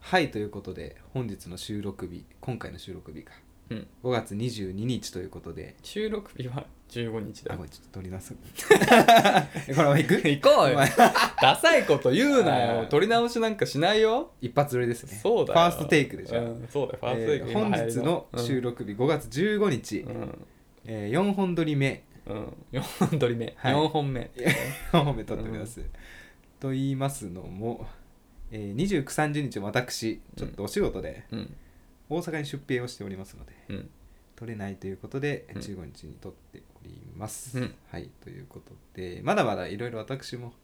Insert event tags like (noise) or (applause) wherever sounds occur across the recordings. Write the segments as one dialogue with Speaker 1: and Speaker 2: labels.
Speaker 1: はいということで本日の収録日今回の収録日か
Speaker 2: うん
Speaker 1: 5月22日ということで
Speaker 2: 収録日は15日だ
Speaker 1: あ
Speaker 2: よ
Speaker 1: ごめんちょっと取り出す (laughs) このままいく
Speaker 2: 行こう
Speaker 1: お
Speaker 2: よ
Speaker 1: 前
Speaker 2: ダサいこと言うな
Speaker 1: あ
Speaker 2: よ
Speaker 1: ー
Speaker 2: 取り直しなんかしないよ
Speaker 1: 一発撮りですね
Speaker 2: そうだよ
Speaker 1: ファーストテイクでしょ、
Speaker 2: うんそうだよファーストテイ
Speaker 1: え
Speaker 2: ク、
Speaker 1: ー本日の収録
Speaker 2: 録
Speaker 1: 日5月15日、
Speaker 2: うん、
Speaker 1: え4本撮り目
Speaker 2: うんうん、4取り目、
Speaker 1: (laughs) はい
Speaker 2: 4本目
Speaker 1: 4本目撮っております、と言いますのも、えー、2930日も私ちょっとお仕事で
Speaker 2: うん
Speaker 1: 大阪に出兵をしておりますので、
Speaker 2: うん
Speaker 1: 取れないということで
Speaker 2: うん
Speaker 1: 15日に撮っております、
Speaker 2: うん
Speaker 1: はいということでまだまだいろいろ私も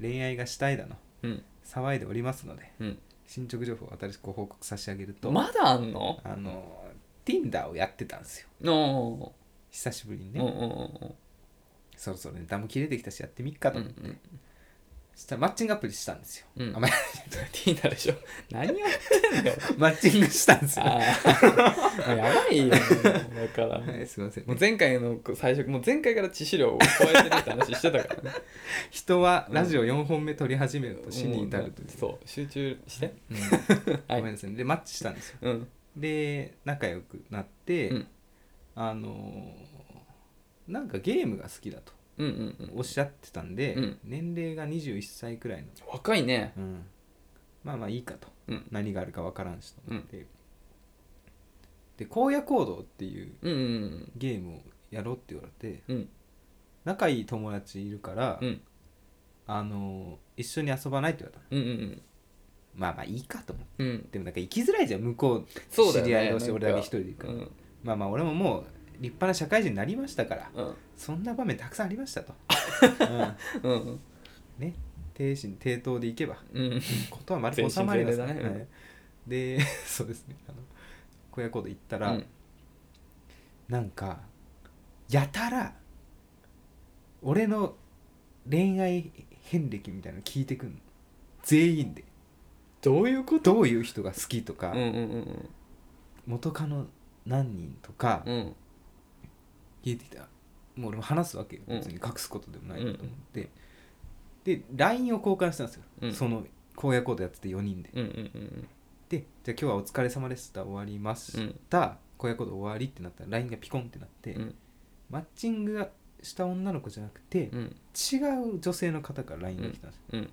Speaker 1: 恋愛がしたいだの
Speaker 2: うん
Speaker 1: 騒いでおりますので
Speaker 2: うん
Speaker 1: 進捗情報を私ご報告させてあげると、
Speaker 2: まだあんの
Speaker 1: あの Tinder をやってたんですよ
Speaker 2: の
Speaker 1: 久しぶりに
Speaker 2: う
Speaker 1: ね、
Speaker 2: んうんうん
Speaker 1: そろそろネタも切れてきたしやってみっかと
Speaker 2: う
Speaker 1: 思って、
Speaker 2: ん
Speaker 1: そしたらマッチングアプリしたんですよ、 (laughs)
Speaker 2: うん
Speaker 1: あま
Speaker 2: Tinder でしょ (laughs) 何をやってんのよ
Speaker 1: マッチングしたんですよ
Speaker 2: あー (laughs) もうやばいよもうだから
Speaker 1: はいすいません、
Speaker 2: もう前回の最初もう前回から致死量を超えてるって話してたからね
Speaker 1: 人はラジオ4本目撮り始めると死に至るという、
Speaker 2: そう集中して
Speaker 1: うん
Speaker 2: はい
Speaker 1: ごめんなさいでマッチしたんですよ
Speaker 2: うん
Speaker 1: で仲良くなって、
Speaker 2: うん
Speaker 1: あのーなんかゲームが好きだと
Speaker 2: うんうん
Speaker 1: お
Speaker 2: う
Speaker 1: っ
Speaker 2: ん
Speaker 1: しゃってたんで、
Speaker 2: うん
Speaker 1: 年齢が21歳くらいの、
Speaker 2: 若いね
Speaker 1: うんまあまあいいかと
Speaker 2: うん
Speaker 1: 何があるか分からんしと思って、で荒野行動っていう
Speaker 2: うんうん
Speaker 1: ゲームをやろうって言われて
Speaker 2: うん
Speaker 1: 仲いい友達いるから、
Speaker 2: うん
Speaker 1: あのー一緒に遊ばないって言われたの
Speaker 2: うんうん
Speaker 1: まあまあいいかと思って
Speaker 2: うんうん
Speaker 1: でもなんか行きづらいじゃん向こう
Speaker 2: そうだ
Speaker 1: 知
Speaker 2: よね
Speaker 1: り合い同士俺だけ
Speaker 2: なん
Speaker 1: 一
Speaker 2: か
Speaker 1: 人で行く
Speaker 2: う
Speaker 1: の
Speaker 2: ん
Speaker 1: まあまあ俺ももう立派な社会人になりましたから
Speaker 2: うん
Speaker 1: そんな場面たくさんありましたと、
Speaker 2: (laughs) うん
Speaker 1: うんね低心低頭でいけば
Speaker 2: うん
Speaker 1: ことは丸く収まりますから
Speaker 2: 全身全霊だね
Speaker 1: はいで (laughs) そうですねあの小屋コード行ったら、
Speaker 2: うん
Speaker 1: なんかやたら俺の恋愛遍歴みたいなの聞いてくんの全員で
Speaker 2: どういうこと
Speaker 1: どういう人が好きとか、
Speaker 2: うんうんうん
Speaker 1: 元カノ何人とか、
Speaker 2: うん
Speaker 1: 聞いてきたもう俺も話すわけよ
Speaker 2: うん
Speaker 1: 別に隠すことでもないなと思って、で LINE を交換したんですよ、
Speaker 2: うん
Speaker 1: その荒野行動やってて4人で
Speaker 2: うんうん
Speaker 1: でじゃあ今日はお疲れ様でした終わりました、荒野行動終わりってなったら LINE がピコンってなって、
Speaker 2: うん
Speaker 1: マッチングした女の子じゃなくて、
Speaker 2: うんうん
Speaker 1: 違う女性の方から LINE が来たんですよ、
Speaker 2: うん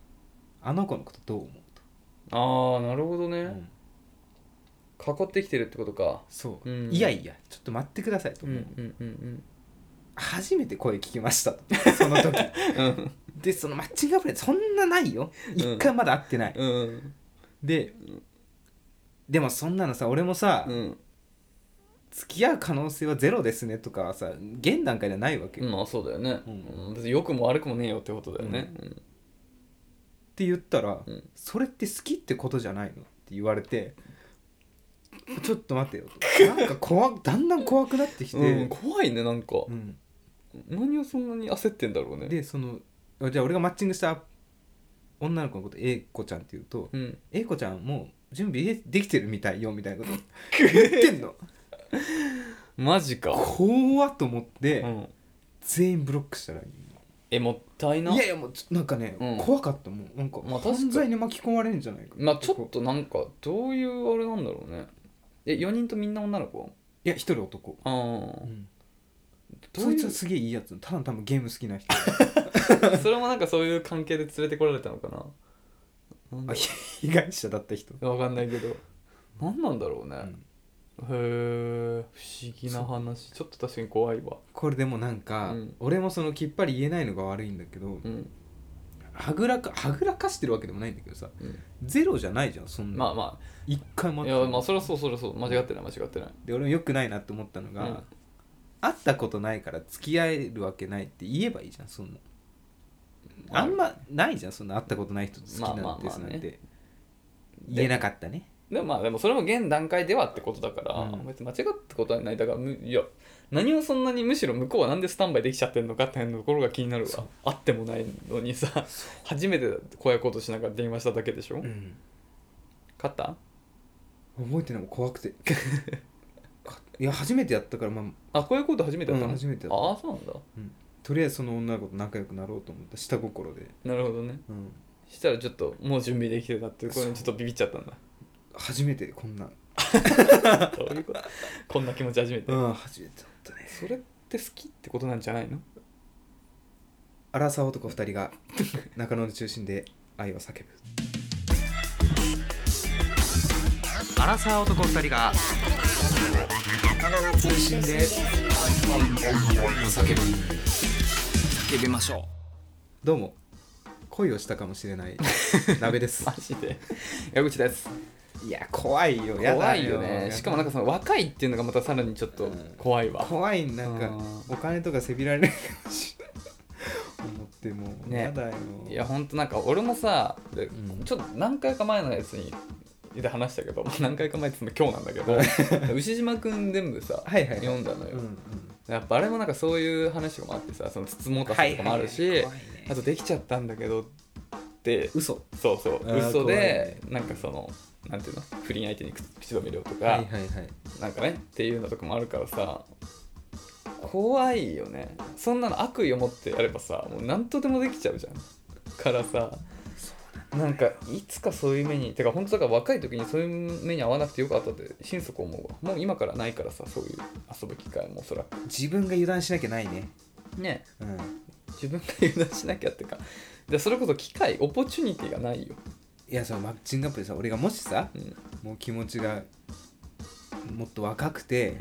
Speaker 1: あの子のことどう思うと、
Speaker 2: ああなるほど
Speaker 1: う
Speaker 2: ね
Speaker 1: ん
Speaker 2: 囲ってきてるってことか
Speaker 1: そう、
Speaker 2: うん
Speaker 1: いやいやちょっと待ってくださいと、
Speaker 2: うんうんうん
Speaker 1: 初めて声聞きましたとその
Speaker 2: (laughs)
Speaker 1: 時
Speaker 2: うん
Speaker 1: でそのマッチングアプリそんなないよ
Speaker 2: うん
Speaker 1: 一回まだ会ってない、
Speaker 2: うん
Speaker 1: で、でもそんなのさ俺もさ、
Speaker 2: うん
Speaker 1: 付き合う可能性はゼロですねとかはさ現段階ではないわけよ、っ
Speaker 2: まあそうだよね、
Speaker 1: うん
Speaker 2: うん、別に良くも悪くもねえよってことだよね、うん
Speaker 1: て言ったら、
Speaker 2: うん
Speaker 1: それって好きってことじゃないのって言われてちょっと待てよとなんか怖くだ (laughs) んだん怖くなってきて、
Speaker 2: うん怖いねなんか、
Speaker 1: うん
Speaker 2: 何をそんなに焦ってんだろうね
Speaker 1: でそのあじゃあ俺がマッチングした女の子のこと A 子ちゃんって言うと、
Speaker 2: うん
Speaker 1: A 子ちゃんもう準備できてるみたいよみたいなこと言って
Speaker 2: (laughs)
Speaker 1: んの
Speaker 2: マジか、
Speaker 1: 怖っと思って、
Speaker 2: うん、
Speaker 1: 全員ブロックしたらいい
Speaker 2: えもったいない
Speaker 1: やいやもうちょなんかね、
Speaker 2: うん
Speaker 1: 怖かったもんなんか
Speaker 2: まあ確かに
Speaker 1: 犯罪に巻き込まれるんじゃないか
Speaker 2: まあちょっ
Speaker 1: 男
Speaker 2: となんかどういうあれなんだろうねえ4人とみんな女の子
Speaker 1: いや一人男
Speaker 2: ああ、
Speaker 1: うん
Speaker 2: ど
Speaker 1: そうい
Speaker 2: い
Speaker 1: つは
Speaker 2: う
Speaker 1: すげえいいやつただ多分ゲーム好きな人
Speaker 2: (laughs)
Speaker 1: (laughs)
Speaker 2: それもなんかそういう関係で連れてこられたのかななんだ
Speaker 1: あ被害者だった人、
Speaker 2: わかんないけど何なんだろうね、
Speaker 1: うん
Speaker 2: へえ不思議な話ちょっと確かに怖いわ
Speaker 1: これでもなんか、
Speaker 2: うん
Speaker 1: 俺もそのきっぱり言えないのが悪いんだけど、
Speaker 2: うん、
Speaker 1: はぐらかはぐらかしてるわけでもないんだけどさ
Speaker 2: うん、
Speaker 1: ゼロじゃないじゃんそんな、
Speaker 2: まあまあ
Speaker 1: 一回も会って
Speaker 2: い
Speaker 1: ない
Speaker 2: やまあそりゃそうそりゃそう間違ってない間違ってない
Speaker 1: で俺もよくないなと思ったのが、
Speaker 2: うん
Speaker 1: 会ったことないから付き合えるわけないって言えばいいじゃんそんなあんまないじゃんそんな会ったことない人と好きなんですなん
Speaker 2: まあまあまあ
Speaker 1: て
Speaker 2: ね
Speaker 1: 言えなかったね
Speaker 2: でもまあでもそれも現段階ではってことだから、
Speaker 1: うん
Speaker 2: 別に間違ったことはないだからむいや何をそんなにむしろ向こうはなんでスタンバイできちゃってんのかっていうところが気になるわあってもないのにさ初めて声こうとしながら電話しただけでしょ、
Speaker 1: うん
Speaker 2: 勝った
Speaker 1: 覚えてないもん怖くてか (laughs) いや初めてやったからまあ
Speaker 2: あこういうこと初めてだったの、
Speaker 1: うん初めてだった
Speaker 2: ああそうなんだ
Speaker 1: とりあえずその女の子と仲良くなろうと思った下心で、
Speaker 2: なるほどね
Speaker 1: うん、
Speaker 2: (laughs) したらちょっともう準備できてたっていうこれにちょっとビビっちゃったんだ
Speaker 1: 初めてこんな
Speaker 2: どういうことこんな気持ち初めて、
Speaker 1: うん初めてだったね
Speaker 2: それって好きってことなんじゃないの
Speaker 1: 荒沢男2人が中野の中心で愛を叫ぶ荒沢男2人が中野の中心で愛を叫ぶ
Speaker 2: 叫びましょ
Speaker 1: どうも恋をしたかもしれ (laughs) ない鍋です
Speaker 2: マジで矢口です
Speaker 1: いや怖いよやだ
Speaker 2: 怖いよねしかもなんかその若いっていうのがまたさらにちょっと怖いわ、
Speaker 1: 怖いなんか
Speaker 2: う
Speaker 1: お金とかせびられないかもしれない思ってもう、
Speaker 2: ね
Speaker 1: やだよ
Speaker 2: いやほんとなんか俺もさ、で
Speaker 1: うん
Speaker 2: ちょっと何回か前のやつにで話したけど何回か前って言っても今日なんだけど (laughs) 牛島くん全部さ
Speaker 1: はいはいはい
Speaker 2: 読んだの
Speaker 1: うん
Speaker 2: よ、
Speaker 1: うん
Speaker 2: やっぱあれもなんかそういう話とかもあってさその筒もたさとかもあるし、
Speaker 1: はいはいはい怖いね
Speaker 2: あとできちゃったんだけどって
Speaker 1: 嘘
Speaker 2: そうそう
Speaker 1: あー
Speaker 2: 嘘で、なんかそのなんていうの不倫相手に口止め料とか、
Speaker 1: はいはいはい
Speaker 2: なんかねっていうのとかもあるからさ怖いよねそんなの悪意を持ってやればさもう何とでもできちゃうじゃんからさなんかいつかそういう目にてか本当だから若い時にそういう目に遭わなくてよかったって心底思うわもう今からないからさそういう遊ぶ機会もおそらく
Speaker 1: 自分が油断しなきゃないね
Speaker 2: ね
Speaker 1: うん
Speaker 2: 自分が油断しなきゃってかでそれこそ機会オポチュニティがないよ、
Speaker 1: いやそのマッチングアプリさ俺がもしさ
Speaker 2: うんうん
Speaker 1: もう気持ちがもっと若くて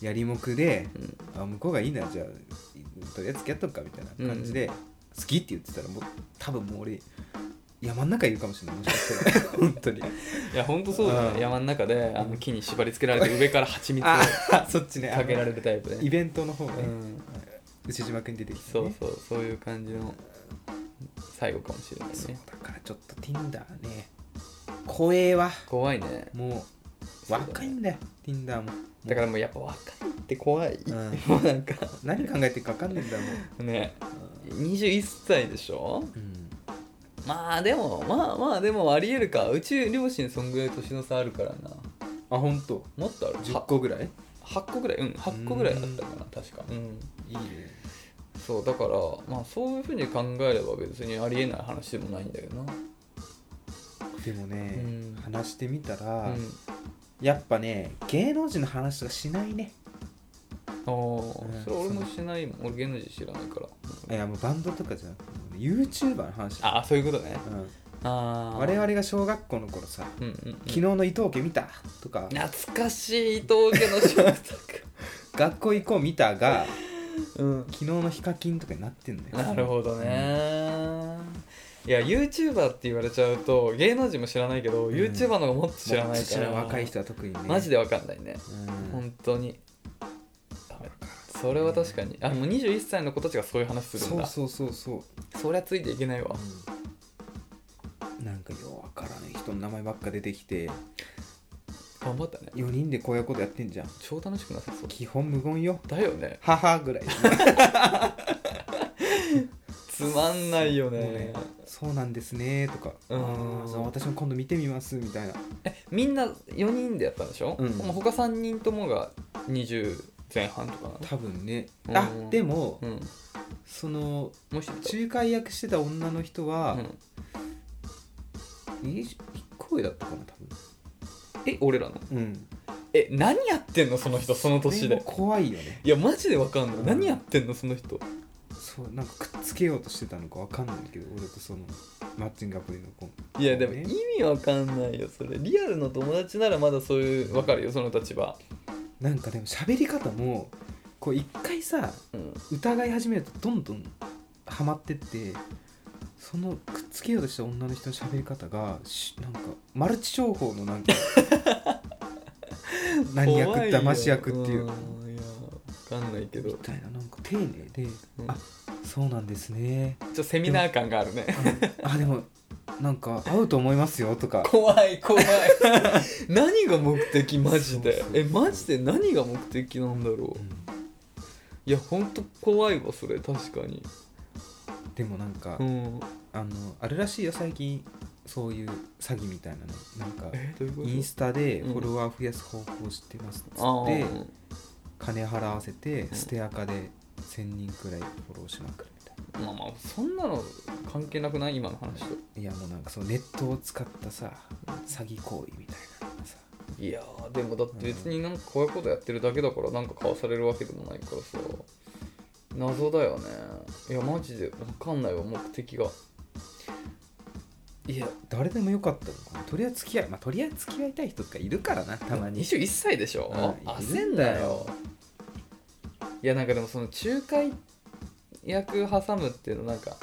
Speaker 1: やりもくで
Speaker 2: うん
Speaker 1: あ向こうがいいなじゃあとりあえず付き合っとくかみたいな感じで、好きって言ってたらもう多分もう俺山の中いるかもしれないもしかしたら本当に
Speaker 2: いやほんとそうだよ
Speaker 1: うん
Speaker 2: ね山の中であの木に縛り付けられて上から蜂蜜を
Speaker 1: あそっちねあの
Speaker 2: かけられるタイプで、
Speaker 1: イベントの方ね、
Speaker 2: うん、
Speaker 1: 牛島君出てきて、
Speaker 2: そ
Speaker 1: ね
Speaker 2: う、そうそういう感じの最後かもしれない
Speaker 1: そう
Speaker 2: ね
Speaker 1: だからちょっと Tinder ね怖えわ
Speaker 2: 怖いね
Speaker 1: もう
Speaker 2: そうだね
Speaker 1: 若いんだよ Tinder も
Speaker 2: だからもうやっぱ若いって怖い、
Speaker 1: うん
Speaker 2: (laughs) もうなんか
Speaker 1: 何考えてるか分かんないんだよもう、
Speaker 2: ね21歳でしょ
Speaker 1: うん、
Speaker 2: まあでもまあまあでもありえるかうち両親そんぐらい年の差あるからな
Speaker 1: あ本当
Speaker 2: もっとある
Speaker 1: 10個ぐらい
Speaker 2: 8個ぐらいうん8個ぐらいあったかな確かうん
Speaker 1: いいね
Speaker 2: そうだからまあそういうふうに考えれば別にありえない話でもないんだけどな
Speaker 1: でもね、
Speaker 2: うん
Speaker 1: 話してみたら、
Speaker 2: うん
Speaker 1: やっぱね芸能人の話とかしないね
Speaker 2: あ
Speaker 1: ん
Speaker 2: あ、それ俺もしないもん俺芸能人知らないから
Speaker 1: いやもうバンドとかじゃなくてもうね YouTuber の話
Speaker 2: ああそういうことね
Speaker 1: うん、
Speaker 2: ああ
Speaker 1: 我々が小学校の頃さ
Speaker 2: うんうんうん、
Speaker 1: 昨日の伊藤家見たとか、
Speaker 2: 懐かしい伊藤家の食卓
Speaker 1: 学校行こう見たが
Speaker 2: うん
Speaker 1: 昨日のヒカキンとかになってんだよ
Speaker 2: なるほどね、いや YouTuber って言われちゃうと芸能人も知らないけど、
Speaker 1: ん
Speaker 2: YouTuber の方がもっと知ら
Speaker 1: も
Speaker 2: な
Speaker 1: う
Speaker 2: い
Speaker 1: 知
Speaker 2: からら
Speaker 1: ない若い人は特にね
Speaker 2: マジでわかんないね、
Speaker 1: うん
Speaker 2: 本当にダメそれは確かにあもう21歳の子たちがそういう話するん
Speaker 1: そう
Speaker 2: だ
Speaker 1: そうそうそう、
Speaker 2: そりゃついていけないわ
Speaker 1: なんかようわからない人の名前ばっか出てきて
Speaker 2: 頑張ったね
Speaker 1: 4人でこういうことやってんじゃん
Speaker 2: 超楽しくなさそう
Speaker 1: 基本無言よ
Speaker 2: だよね
Speaker 1: 母ぐらい
Speaker 2: つまんない
Speaker 1: も
Speaker 2: よ
Speaker 1: う
Speaker 2: ね
Speaker 1: ねそうなんですねとか、
Speaker 2: うん
Speaker 1: あーそう私も今度見てみますみたいな、
Speaker 2: みんな4人でやったんでしょ、
Speaker 1: うん
Speaker 2: もう他3人ともが20前半とかなの
Speaker 1: 多分ね、
Speaker 2: うん
Speaker 1: あでも、
Speaker 2: うんも
Speaker 1: その
Speaker 2: う一人
Speaker 1: 仲介役してた女の人は、
Speaker 2: うん
Speaker 1: 20個上だったかな多
Speaker 2: え俺らの
Speaker 1: 分、うん、
Speaker 2: え何やってんのその人その年
Speaker 1: それ
Speaker 2: で
Speaker 1: も怖いよね
Speaker 2: いやマジでわかんない、
Speaker 1: うん
Speaker 2: 何やってんのその人
Speaker 1: そうなんかくっつけようとしてたのかわかんないけど俺とそのマッチングアプリの子
Speaker 2: いやでも
Speaker 1: ね
Speaker 2: 意味わかんないよそれリアルの友達ならまだそういうわかるよその立場
Speaker 1: なんかでも喋り方もこう一回さ
Speaker 2: うん
Speaker 1: 疑い始めるとどんどんハマってってそのくっつけようとした女の人の喋り方がしなんかマルチ商法のなんか (laughs) 何役
Speaker 2: 怖いよ
Speaker 1: 騙し役っていう
Speaker 2: うんいやわかんないけど
Speaker 1: み
Speaker 2: ちょ (laughs)
Speaker 1: たいななんか丁寧で、
Speaker 2: うん
Speaker 1: あそうなんですね
Speaker 2: っとセミナー感があるね
Speaker 1: あでもなんか合うと思いますよとか
Speaker 2: 怖い (laughs) 怖い何が目的マジで
Speaker 1: そうそうそう
Speaker 2: えマジで何が目的なんだろう
Speaker 1: う
Speaker 2: いやほんと怖いわそれ確かに
Speaker 1: んでもなんか、
Speaker 2: うん
Speaker 1: あのあるらしいよ最近そういう詐欺みたいなのなんか
Speaker 2: えどういうこと
Speaker 1: インスタでフォロワー増やす方法を知ってますっつ
Speaker 2: あ
Speaker 1: って、
Speaker 2: ー
Speaker 1: 金払わせて
Speaker 2: ん
Speaker 1: 捨てアカで1000人くらいフォローしまくるみたいな
Speaker 2: まあまあそんなの関係なくない今の話と
Speaker 1: いやもうなんかそのネットを使ったさ詐欺行為みたい
Speaker 2: いやーでもだって別になんか怖いことやってるだけだからなんか買わされるわけでもないからさ謎だよねいやマジで分かんないわ目的がいや
Speaker 1: 誰でもよかったのかなとりあえず付き合いまあとりあえず付き合いたい人とかいるからなたまに
Speaker 2: 21歳でしょ
Speaker 1: うん
Speaker 2: 焦んなよいやなんかでもその仲介役挟むっていうのなんか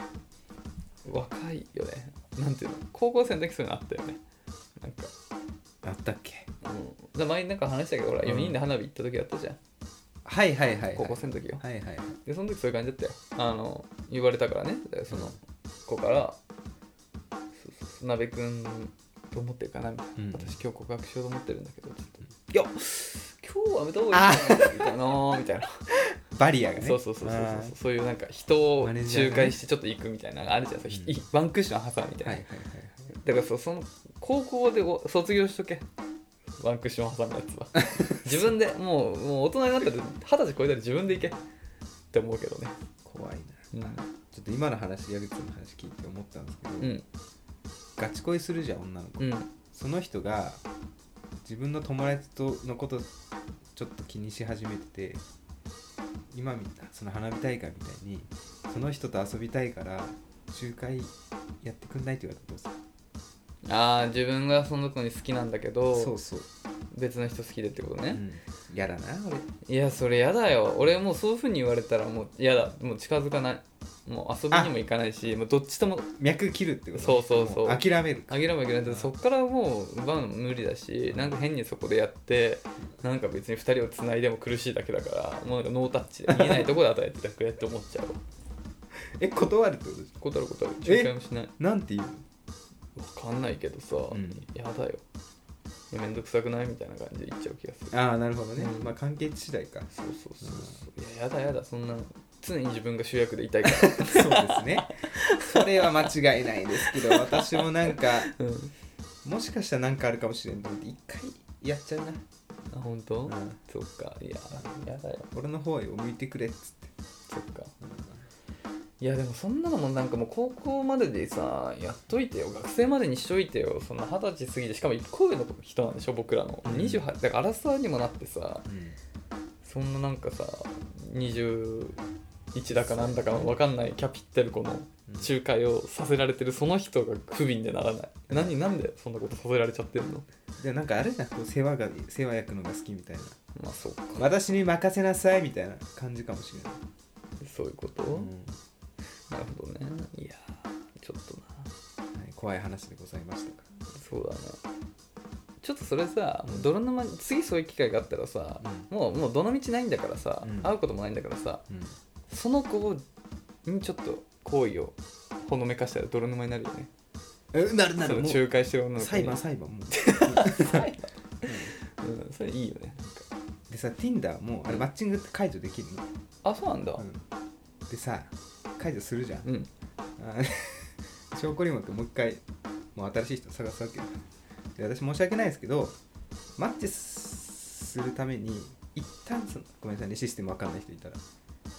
Speaker 2: 若いよねなんていうの高校生の時そういうのあったよねなんか
Speaker 1: あったっけ
Speaker 2: うん、で前になんか話したけどほら
Speaker 1: うん
Speaker 2: 4人で花火行った時あったじゃん、
Speaker 1: はいはいはいはい
Speaker 2: 高校生の時よ
Speaker 1: はいはいはい
Speaker 2: でその時そういう感じだったよあの言われたからねでその子から「そそ鍋くんどう思ってるかな?」みたいな、
Speaker 1: うん
Speaker 2: 私今日告白しようと思ってるんだけど」ちょっといや今日はやめた方が
Speaker 1: あ
Speaker 2: いいんじゃないみたいな」みたい
Speaker 1: (laughs)
Speaker 2: な
Speaker 1: バリアがね
Speaker 2: そうそうそうそうそう
Speaker 1: あー
Speaker 2: そういうなんか人を
Speaker 1: マネ
Speaker 2: 仲
Speaker 1: ージャーがね
Speaker 2: 介してちょっと行くみたいなのがあるじゃん、そうひ
Speaker 1: うん
Speaker 2: ワンクッション挟むみたいな、
Speaker 1: はいはいはい
Speaker 2: だからそその高校でお卒業しとけワンクッション挟むや
Speaker 1: (laughs)
Speaker 2: つは自分でもうもう大人になったら二十歳超えたら自分で行けって思うけどね
Speaker 1: 怖いな
Speaker 2: う
Speaker 1: ち
Speaker 2: ん、
Speaker 1: ょっと今の話矢口の話聞いて思ったんですけど、
Speaker 2: うん
Speaker 1: ガチ恋するじゃん女の子、
Speaker 2: うん、
Speaker 1: その人が自分の友達とのことちょっと気にし始めてて今みたいその花火大会みたいにその人と遊びたいから仲介やってくんないって言われたらど
Speaker 2: ああ自分がその子に好きなんだけど
Speaker 1: うするそうそう、
Speaker 2: 別の人好きでってこと
Speaker 1: う
Speaker 2: ね、
Speaker 1: ん、やだな俺
Speaker 2: いやそれやだよ俺もうそういうふうに言われたらもうやだもう近づかないもう遊びにも行かないしもうどっちとも
Speaker 1: 脈切るってこと
Speaker 2: そうそうそう
Speaker 1: も諦める
Speaker 2: 諦めばいけないけどそっからもう奪うのも無理だしなんか変にそこでやってなんか別に2人をつないでも苦しいだけだからもうなんかノータッチで見えないとこで与えてたくれって思っちゃうわ
Speaker 1: え断るってことでしょ
Speaker 2: 断ることある仲
Speaker 1: え
Speaker 2: 介もしない
Speaker 1: なんて言う
Speaker 2: 分かんないけどさ、
Speaker 1: ん
Speaker 2: やだよいやめんどくさくないみたいな感じで言っちゃう気がする
Speaker 1: のああなるほどね、
Speaker 2: うん
Speaker 1: まあ関係次第か
Speaker 2: そうそうそうそういややだやだそんな常に自分が主役でいたいから
Speaker 1: (laughs) そうですねそれは間違いないですけど私もなんか
Speaker 2: うん
Speaker 1: もしかしたらなんかあるかもしれんと思って一回やっちゃうな、
Speaker 2: あ本当、
Speaker 1: うん
Speaker 2: そっかいややだよ
Speaker 1: 俺の方へ向いてくれっつって、
Speaker 2: そっかいやでもそんなのもなんかもう高校まででさやっといてよ学生までにしといてよそんな二十歳過ぎてしかも一個上の人なんでしょ僕らの、
Speaker 1: うん
Speaker 2: 28だからアラサーにもなってさそんななんかさ21だかなんだか分かんないキャピってる子の仲介をさせられてるその人が不憫でならない何なんでそんなことさせられちゃってんの
Speaker 1: でもなんかあるじゃんこう世話が世話焼くのが好きみたいな
Speaker 2: まあそうか
Speaker 1: 私に任せなさいみたいな感じかもしれない、
Speaker 2: そういうこと、
Speaker 1: うん
Speaker 2: なるほどねいやーちょっとな
Speaker 1: はい、怖い話でございましたか
Speaker 2: そうだねちょっとそれさもう泥沼に次そういう機会があったらさ、
Speaker 1: う
Speaker 2: もうもうどの道ないんだからさ、
Speaker 1: うん
Speaker 2: 会うこともないんだからさ
Speaker 1: うん
Speaker 2: その子にちょっと好意をほのめかしたら泥沼になるよね
Speaker 1: えなるな
Speaker 2: そ
Speaker 1: る
Speaker 2: の
Speaker 1: も
Speaker 2: 仲
Speaker 1: う
Speaker 2: 介してる女の子に
Speaker 1: 裁判裁判もう、
Speaker 2: (laughs) うん、それいいよねなんか
Speaker 1: でさ Tinder もあれマッチングって解除できるの、
Speaker 2: あそうなんだ
Speaker 1: うんでさ解除するじゃん
Speaker 2: うん、
Speaker 1: あー (laughs) 証拠にもってもう一回もう新しい人探すわけよで私申し訳ないですけどマッチするために一旦そのごめんなさいねシステムわかんない人いたら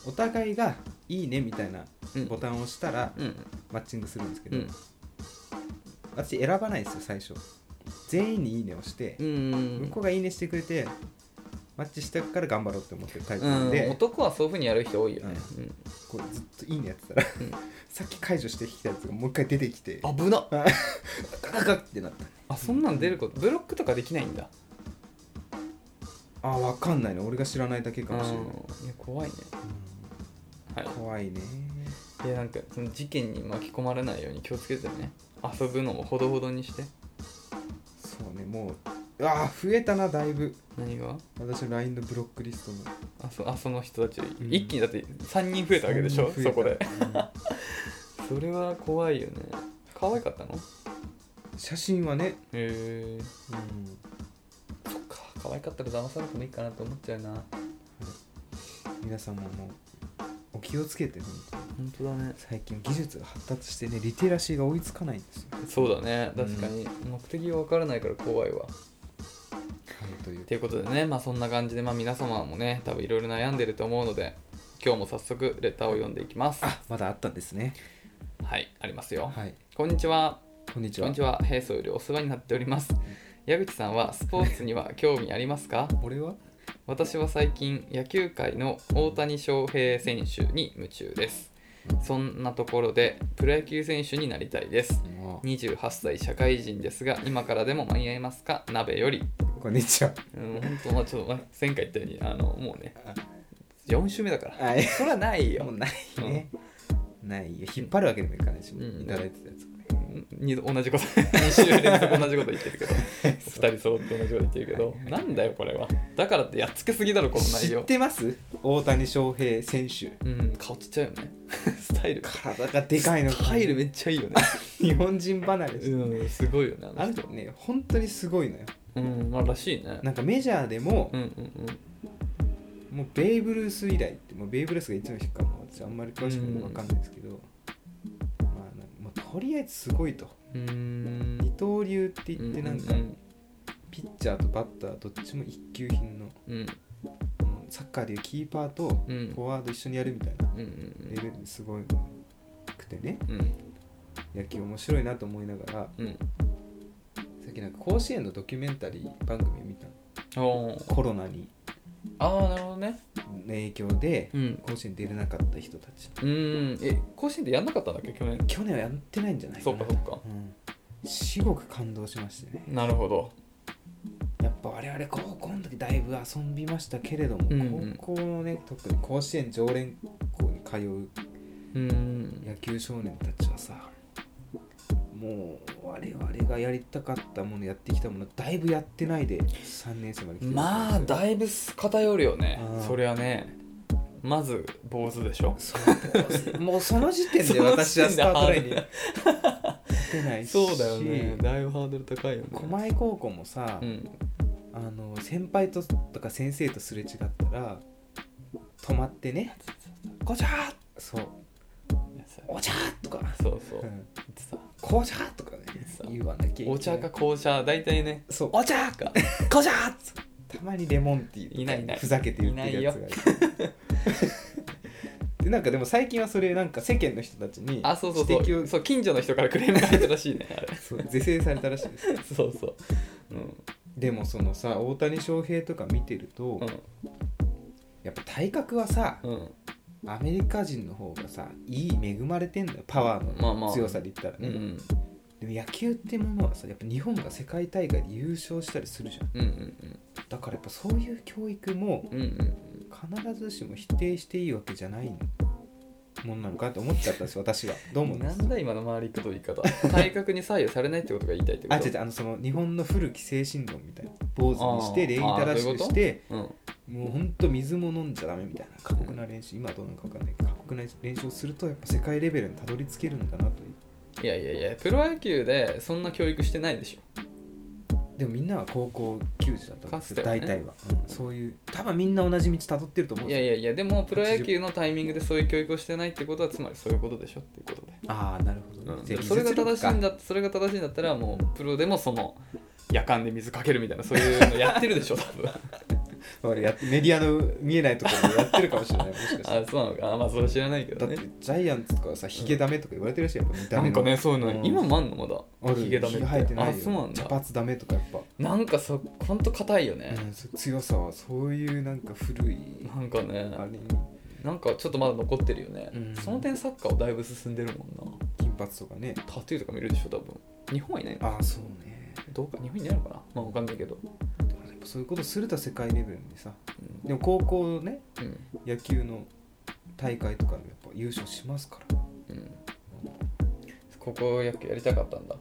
Speaker 1: お互いが「いいね」みたいな
Speaker 2: うん
Speaker 1: ボタンを押したら
Speaker 2: うん
Speaker 1: マッチングするんですけ
Speaker 2: う
Speaker 1: ど、
Speaker 2: ん
Speaker 1: 私選ばないんですよ最初全員に「いいね」をして
Speaker 2: う、ん
Speaker 1: 向こうが「いいね」してくれてマッチしたから頑張ろうって思ってるタイプな
Speaker 2: うんん
Speaker 1: で、
Speaker 2: 男はそういうふうにやる人多いよね、
Speaker 1: こうずっと「いいね」やってたら、
Speaker 2: ん
Speaker 1: (laughs) さっき解除してきたやつがもう一回出てきて
Speaker 2: うん、危な
Speaker 1: ガガガってなった
Speaker 2: あそんなん出ることブロックとかできないんだ
Speaker 1: あわかんないね俺が知らないだけかもしれない、
Speaker 2: うんいや怖いねはい
Speaker 1: 怖いね
Speaker 2: でなんかその事件に巻き込まれないように気をつけてね遊ぶのもほどほどにして
Speaker 1: そうねもうああ増えたなだいぶ
Speaker 2: 何が
Speaker 1: 私の LINE のブロックリストも
Speaker 2: あそあその人たち、
Speaker 1: ん
Speaker 2: 一気にだって3人増えたわけでしょ
Speaker 1: そん
Speaker 2: そ
Speaker 1: な増
Speaker 2: こ
Speaker 1: え
Speaker 2: で
Speaker 1: た
Speaker 2: それは怖いよね可愛かったのへ
Speaker 1: うん写真はね、
Speaker 2: え
Speaker 1: うん
Speaker 2: そっか可愛かったら騙されてもいいかなと思っちゃうな
Speaker 1: 皆さんももうお気をつけて本当に
Speaker 2: 本当だね
Speaker 1: 最近技術が発達してねリテラシーが追いつかないんですよ、は
Speaker 2: そうだね確かに、目的が分からないから怖いわ
Speaker 1: い、という
Speaker 2: ということでねまあそんな感じで、まあ、皆様もね多分いろいろ悩んでると思うので今日も早速レターを読んでいきます
Speaker 1: あまだあったんですね
Speaker 2: はいありますよ
Speaker 1: はい
Speaker 2: こんにちは
Speaker 1: こんにち
Speaker 2: こ
Speaker 1: は
Speaker 2: んにちは、平素よりお世話になっております。矢口さんはスポーツには興味ありますか
Speaker 1: 俺は
Speaker 2: 私は最近野球界の大谷翔平選手に夢中ですそんなところでプロ野球選手になりたいです28歳社会人ですが今からでも間に合いますか鍋より
Speaker 1: こんにちは
Speaker 2: うん本当まあちょっとまあ前回言ったようにあのもうね4週目だから
Speaker 1: はい
Speaker 2: それはないよ
Speaker 1: もうないね、ないよ引っ張るわけにもいかないし、
Speaker 2: うん
Speaker 1: いただいてたやつもね
Speaker 2: 二度同じこと2週連続同じこと言ってるけ (laughs) ど2人揃って同じこと言ってるけどなんだよこれはだからってやっつけすぎだろこの内
Speaker 1: 知っ
Speaker 2: 容
Speaker 1: てます大谷翔平選手
Speaker 2: (laughs) うん顔ちっちゃいよねスタイル
Speaker 1: 体がでかいの
Speaker 2: スタイルめっちゃいいよね
Speaker 1: 日本人離れして、
Speaker 2: うんすごいよね
Speaker 1: あの
Speaker 2: あの
Speaker 1: 人
Speaker 2: 人
Speaker 1: ね本当にすごいのよ
Speaker 2: うんまあらしいね
Speaker 1: なんかメジャーでも
Speaker 2: うん、うん
Speaker 1: もうベーブ・ルース以来ってもうベーブ・ルースがいつの日かも私あんまり詳しく分かんないですけど、まあなんかもうとりあえずすごいと
Speaker 2: うんうー
Speaker 1: 二
Speaker 2: ん
Speaker 1: 刀流って言ってなんか
Speaker 2: うん
Speaker 1: ピッチャーとバッターどっちも一級品の
Speaker 2: うん
Speaker 1: もうサッカーでいうキーパーとフ
Speaker 2: うん
Speaker 1: ォワード一緒にやるみたいな
Speaker 2: うんうん
Speaker 1: レベルですごいくてね
Speaker 2: うんうん
Speaker 1: 野球面白いなと思いながら
Speaker 2: うん
Speaker 1: さっきなんか甲子園のドキュメンタリー番組見たの
Speaker 2: おー
Speaker 1: コロナに
Speaker 2: ああなるほどね
Speaker 1: の影響で
Speaker 2: うん
Speaker 1: 甲子園出れなかった人たち
Speaker 2: うんえ甲子園でやんなかったんだっけ去年
Speaker 1: 去年はやってないんじゃない
Speaker 2: そ
Speaker 1: か
Speaker 2: っ
Speaker 1: な
Speaker 2: かそっか
Speaker 1: うん至極感動しましてね
Speaker 2: なるほど
Speaker 1: やっぱ我々高校の時だいぶ遊びましたけれども、
Speaker 2: うんうん
Speaker 1: 高校のね特に甲子園常連校に通う
Speaker 2: うん
Speaker 1: 野球少年たちはさもう我々がやりたかったものやってきたものだいぶやってないで3年生まで来てる
Speaker 2: まあだいぶ偏るよね
Speaker 1: うん
Speaker 2: そりゃねまず坊主でしょ
Speaker 1: そうもうその時点で私はスタートラインに立てないし
Speaker 2: そうだよねだいぶハードル高いよね
Speaker 1: 狛江高校もさ、
Speaker 2: うん
Speaker 1: あの先輩ととか先生とすれ違ったら止まってね「こちゃー!」そう「お茶!」とか
Speaker 2: そう
Speaker 1: 「
Speaker 2: そ
Speaker 1: う、
Speaker 2: (laughs) うんさ
Speaker 1: 紅茶!」とかね
Speaker 2: さ
Speaker 1: 言わなきゃいけない
Speaker 2: お茶か紅茶大体ね
Speaker 1: そう
Speaker 2: お茶 (laughs) か
Speaker 1: こじゃーたまにレモンティーとか
Speaker 2: いないいない
Speaker 1: ふざけて言ってるやつがいるでなんかでも最近はそれなんか世間の人たちに
Speaker 2: あそうそうそ
Speaker 1: 指摘
Speaker 2: う
Speaker 1: を
Speaker 2: そう近所の人からクレームが入ったらしいねあれ
Speaker 1: そう是正されたらしいです
Speaker 2: そう (laughs) そううん
Speaker 1: でもそのさ大谷翔平とか見てると、やっぱ体格はさ
Speaker 2: うんうん
Speaker 1: アメリカ人の方がさいい恵まれてんだよパワ
Speaker 2: まあ
Speaker 1: ー
Speaker 2: ま
Speaker 1: の
Speaker 2: あ
Speaker 1: 強さで言ったら
Speaker 2: う
Speaker 1: ね、
Speaker 2: ん
Speaker 1: でも野球ってものはさやっぱ日本が世界大会で優勝したりするじゃん
Speaker 2: うんうん
Speaker 1: だからやっぱそういう教育も
Speaker 2: うんうんうん
Speaker 1: 必ずしも否定していいわけじゃないもんなのかって思っちゃったんですよ私はどうも
Speaker 2: なんだ今の周りくどい言い方 (laughs) 体格に左右されないってことが言いたいってこ
Speaker 1: あ
Speaker 2: と
Speaker 1: 違う違うあのその日本の古き精神論みたいな坊主にして礼儀正しくして
Speaker 2: うん
Speaker 1: もうほんと水も飲んじゃダメみたいな過酷な練習今はどうなのか分かんないけど過酷な練習をするとやっぱ世界レベルにたどり着けるんだなという
Speaker 2: いやいやいやプロ野球でそんな教育してないでしょ
Speaker 1: でもみんなは高校球児だったんですよ、
Speaker 2: かつてはね
Speaker 1: 大体は、うんそういう多分みんな同じ道たどってると思うん
Speaker 2: い
Speaker 1: です
Speaker 2: や
Speaker 1: よ
Speaker 2: いやいやでもプロ野球のタイミングでそういう教育をしてないってことはつまりそういうことでしょっていうことで
Speaker 1: ああなるほど、ねじゃあ
Speaker 2: それが正しいん
Speaker 1: 技術力か
Speaker 2: だそれが正しいんだったらもうプロでもその夜間で水かけるみたいなそういうのやってるでしょ多
Speaker 1: (laughs)
Speaker 2: 分
Speaker 1: 俺やってメディアの見えないところでやってるかもしれ
Speaker 2: (laughs)
Speaker 1: ないもしかして
Speaker 2: あそうなのかあまあそれ知らないけ
Speaker 1: だ
Speaker 2: ど
Speaker 1: って
Speaker 2: ね
Speaker 1: ジャイアンツとかさヒゲダメとか言われてるしやっぱ見
Speaker 2: な
Speaker 1: た目
Speaker 2: ん
Speaker 1: の
Speaker 2: かねそういうの、
Speaker 1: うん
Speaker 2: 今もあんのまだ
Speaker 1: ある
Speaker 2: ヒゲダメ
Speaker 1: ヒゲ生えてないよ
Speaker 2: あそうなん
Speaker 1: 茶
Speaker 2: だ
Speaker 1: 髪ダメとかやっぱ、
Speaker 2: なんかそほんと硬いよね
Speaker 1: う、んそう強さはそういうなんか古い
Speaker 2: なんかね
Speaker 1: あれに
Speaker 2: なんかちょっとまだ残ってるよね、
Speaker 1: うん
Speaker 2: その点サッカーはだいぶ進んでるもんな
Speaker 1: 金髪とかね
Speaker 2: タトゥーとか見るでしょ多分日本はいないの
Speaker 1: ああそうね
Speaker 2: どうか日本いないのかなまあわかんないけど
Speaker 1: でもやっぱそういうことすると世界レベルにさ
Speaker 2: う
Speaker 1: でも高校のね
Speaker 2: ん
Speaker 1: 野球の大会とかでやっぱ優勝しますから
Speaker 2: うん、うん、高校野球やりたかったんだ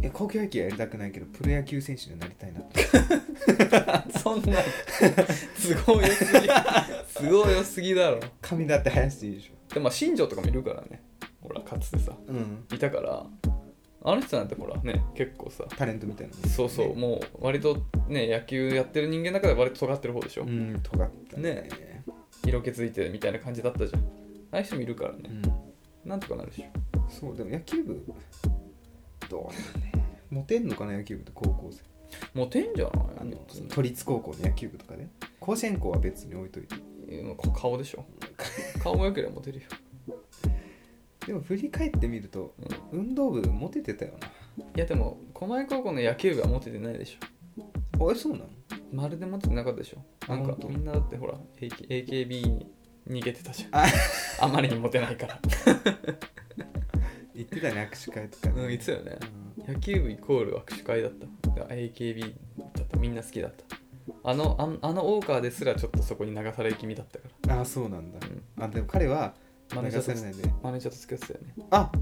Speaker 1: いや高校野球はやりたくないけどプロ野球選手になりたいなって (laughs)
Speaker 2: (laughs) そんなすごい良す (laughs) ぎすごい良すぎだろ
Speaker 1: 髪だって生やしていいでしょ
Speaker 2: でもまあ新庄とかもいるからねほらかつてさ
Speaker 1: うん
Speaker 2: いたからあの人なんてほらね結構さ
Speaker 1: タレントみたいなもんね
Speaker 2: そうそう、もう割とね野球やってる人間の中で割と尖ってる方でしょ、
Speaker 1: うん尖った
Speaker 2: ね色気づいてるみたいな感じだったじゃんああいう人もいるから
Speaker 1: う
Speaker 2: ね、
Speaker 1: ん
Speaker 2: なんとかなるでしょ
Speaker 1: そうでも野球部どうだねモテんのかな野球部って高校生
Speaker 2: モテんじゃない
Speaker 1: あの
Speaker 2: 別に
Speaker 1: 都立高校の野球部とかね甲子園校は別に置いといて
Speaker 2: うんこ顔でしょ顔も良ければモテるよ、
Speaker 1: でも振り返ってみると運動部モテてたよな
Speaker 2: いやでも狛江高校の野球部はモテてないでしょ
Speaker 1: あえそうなの
Speaker 2: まるでモテてなかったでしょなん
Speaker 1: あ
Speaker 2: か
Speaker 1: 本当
Speaker 2: みんなだってほら AK AKB に逃げてたじゃん
Speaker 1: あ
Speaker 2: あまりにモテないから
Speaker 1: 言ってたね握手会とか、
Speaker 2: うん言ってたよね野球部イコール握手会だっただ AKB だったみんな好きだったあのあんあの大川ですらちょっとそこに流され気味だったか
Speaker 1: うんああそうなんだ
Speaker 2: ら、うん、
Speaker 1: あでも彼は
Speaker 2: マネ
Speaker 1: 流
Speaker 2: ージャ
Speaker 1: さ
Speaker 2: ー
Speaker 1: れ
Speaker 2: と
Speaker 1: ないで
Speaker 2: マネージャーと付き合ってたよね
Speaker 1: あ